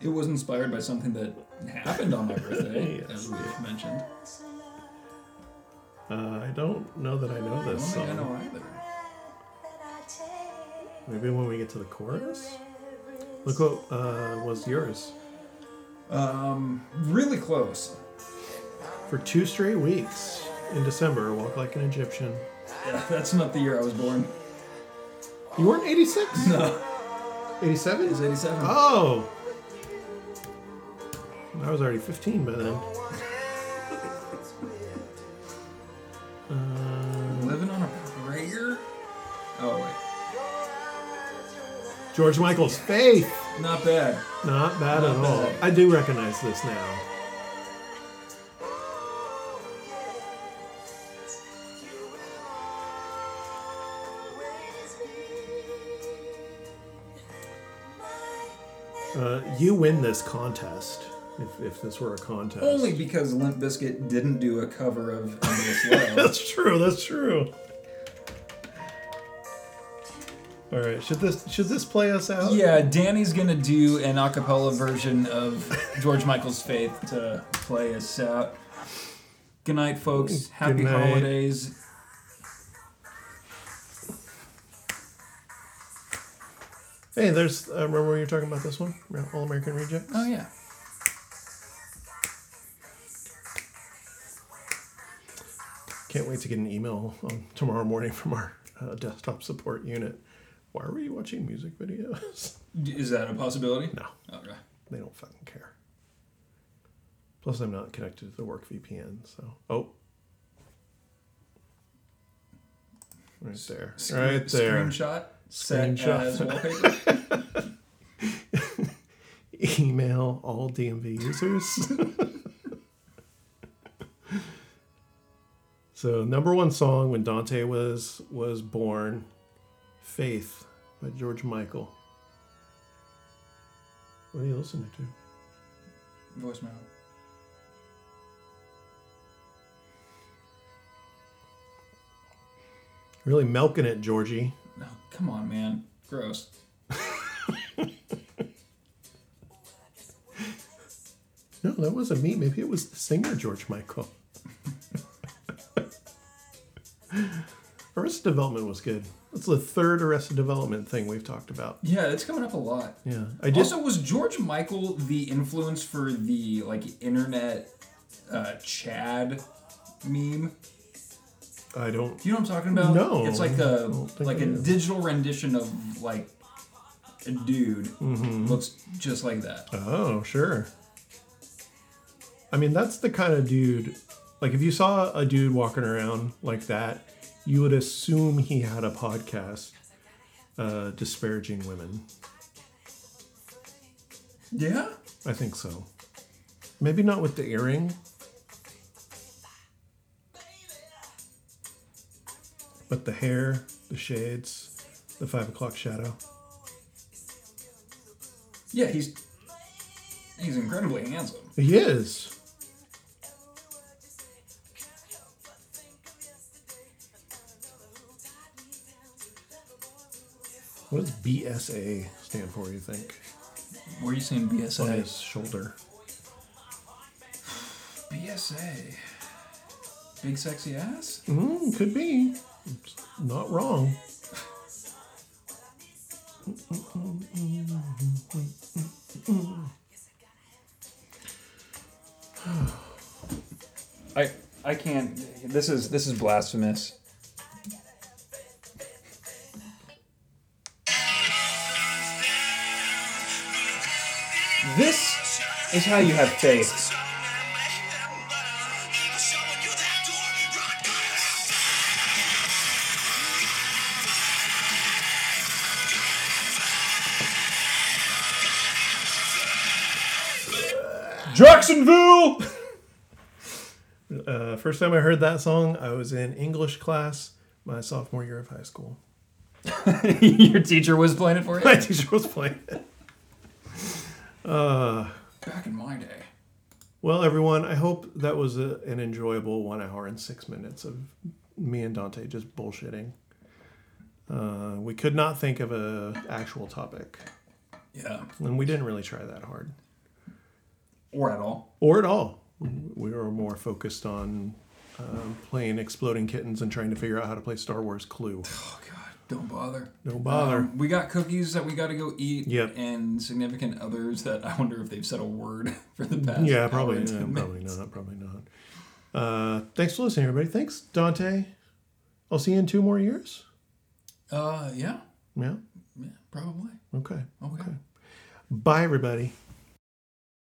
[SPEAKER 2] It was inspired by something that happened on my birthday,
[SPEAKER 1] Yes.
[SPEAKER 2] as we've mentioned.
[SPEAKER 1] Uh, I don't know that I know
[SPEAKER 2] I don't
[SPEAKER 1] this
[SPEAKER 2] think
[SPEAKER 1] song.
[SPEAKER 2] I know either.
[SPEAKER 1] Maybe when we get to the chorus. Look what uh, was yours
[SPEAKER 2] Um, really close.
[SPEAKER 1] for two straight weeks in December. Walk like an Egyptian.
[SPEAKER 2] Yeah, that's not the year I was born.
[SPEAKER 1] You weren't 86?
[SPEAKER 2] No,
[SPEAKER 1] 87?
[SPEAKER 2] it was 87.
[SPEAKER 1] Oh! I was already 15 by then. Uh,
[SPEAKER 2] Living on a prayer? Oh,
[SPEAKER 1] George Michael's Faith!
[SPEAKER 2] wait. Not bad.
[SPEAKER 1] Not bad at
[SPEAKER 2] Not
[SPEAKER 1] all.
[SPEAKER 2] bad.
[SPEAKER 1] I do recognize this now. Uh, you win this contest if, if this were a contest.
[SPEAKER 2] Only because Limp Bizkit didn't do a cover of Endless Love.
[SPEAKER 1] That's true. That's true. All right. Should this should this play us out?
[SPEAKER 2] yeah, Danny's gonna do an a cappella version of George Michael's Faith to play us out. Good night, folks. Happy
[SPEAKER 1] night.
[SPEAKER 2] holidays.
[SPEAKER 1] Hey, there's. Uh, remember when you were talking about this one, All American Rejects.
[SPEAKER 2] Oh, yeah.
[SPEAKER 1] Can't wait to get an email um, tomorrow morning from our uh, desktop support unit. Why were you watching music videos?
[SPEAKER 2] D- Is that a possibility?
[SPEAKER 1] no,
[SPEAKER 2] Okay.
[SPEAKER 1] they don't fucking care. Plus, I'm not connected to the work VPN, so oh, right there,
[SPEAKER 2] Screen-
[SPEAKER 1] right there.
[SPEAKER 2] Screenshot set
[SPEAKER 1] Screenshot.
[SPEAKER 2] as wallpaper.
[SPEAKER 1] Email all DMV users. so, number one song when Dante was was born, "Faith" by George Michael. What are you listening to?
[SPEAKER 2] Voicemail.
[SPEAKER 1] Really milking it, Georgie.
[SPEAKER 2] No, come on, man. Gross.
[SPEAKER 1] No, that wasn't me. Maybe it was the singer George Michael. Arrested Development was good. That's the third Arrested Development thing we've talked about.
[SPEAKER 2] Yeah, it's coming up a lot.
[SPEAKER 1] Yeah, I did.
[SPEAKER 2] Also, was George Michael the influence for the like internet uh, Chad meme?
[SPEAKER 1] I don't.
[SPEAKER 2] Do you know what I'm talking about?
[SPEAKER 1] No,
[SPEAKER 2] it's like
[SPEAKER 1] I
[SPEAKER 2] a
[SPEAKER 1] don't think
[SPEAKER 2] like
[SPEAKER 1] I
[SPEAKER 2] a
[SPEAKER 1] do.
[SPEAKER 2] digital rendition of like a dude
[SPEAKER 1] Mm-hmm.
[SPEAKER 2] looks just like that.
[SPEAKER 1] Oh, sure. I mean, that's the kind of dude. Like, if you saw a dude walking around like that, you would assume he had a podcast uh, disparaging women.
[SPEAKER 2] Yeah,
[SPEAKER 1] I think so. Maybe not with the earring. But the hair, the shades, the five o'clock shadow.
[SPEAKER 2] yeah, he's he's incredibly handsome.
[SPEAKER 1] He is. What does BSA stand for, you think?
[SPEAKER 2] Were you saying
[SPEAKER 1] On
[SPEAKER 2] BSA?
[SPEAKER 1] his shoulder.
[SPEAKER 2] BSA. Big sexy ass.
[SPEAKER 1] Mm, could be. It's Not wrong.
[SPEAKER 2] I I can't. This is this is blasphemous. This is how you have faith. Jacksonville.
[SPEAKER 1] Uh, first time I heard that song, I was in English class my sophomore year of high school.
[SPEAKER 2] Your teacher was playing it for
[SPEAKER 1] My
[SPEAKER 2] you.
[SPEAKER 1] teacher was playing it.
[SPEAKER 2] Back in my day.
[SPEAKER 1] Well, everyone, I hope that was a, an enjoyable one hour and six minutes of me and Dante just bullshitting. Uh, we could not think of a actual topic,
[SPEAKER 2] Yeah.
[SPEAKER 1] and we didn't really try that hard,
[SPEAKER 2] Or at all.
[SPEAKER 1] or at all. We were more focused on um, playing exploding kittens and trying to figure out how to play Star Wars Clue.
[SPEAKER 2] Oh God, don't bother.
[SPEAKER 1] No bother.
[SPEAKER 2] Um, we got cookies that we got to go eat.
[SPEAKER 1] Yep.
[SPEAKER 2] And significant others that I wonder if they've said a word for the past.
[SPEAKER 1] yeah,
[SPEAKER 2] hour
[SPEAKER 1] probably,
[SPEAKER 2] and
[SPEAKER 1] yeah,
[SPEAKER 2] 10
[SPEAKER 1] probably
[SPEAKER 2] minutes.
[SPEAKER 1] not. Probably not. Uh, thanks for listening, everybody. Thanks, Dante. I'll see you in two more years.
[SPEAKER 2] Uh, yeah,
[SPEAKER 1] Yeah.
[SPEAKER 2] yeah, probably.
[SPEAKER 1] Okay.
[SPEAKER 2] Okay.
[SPEAKER 1] Bye, everybody.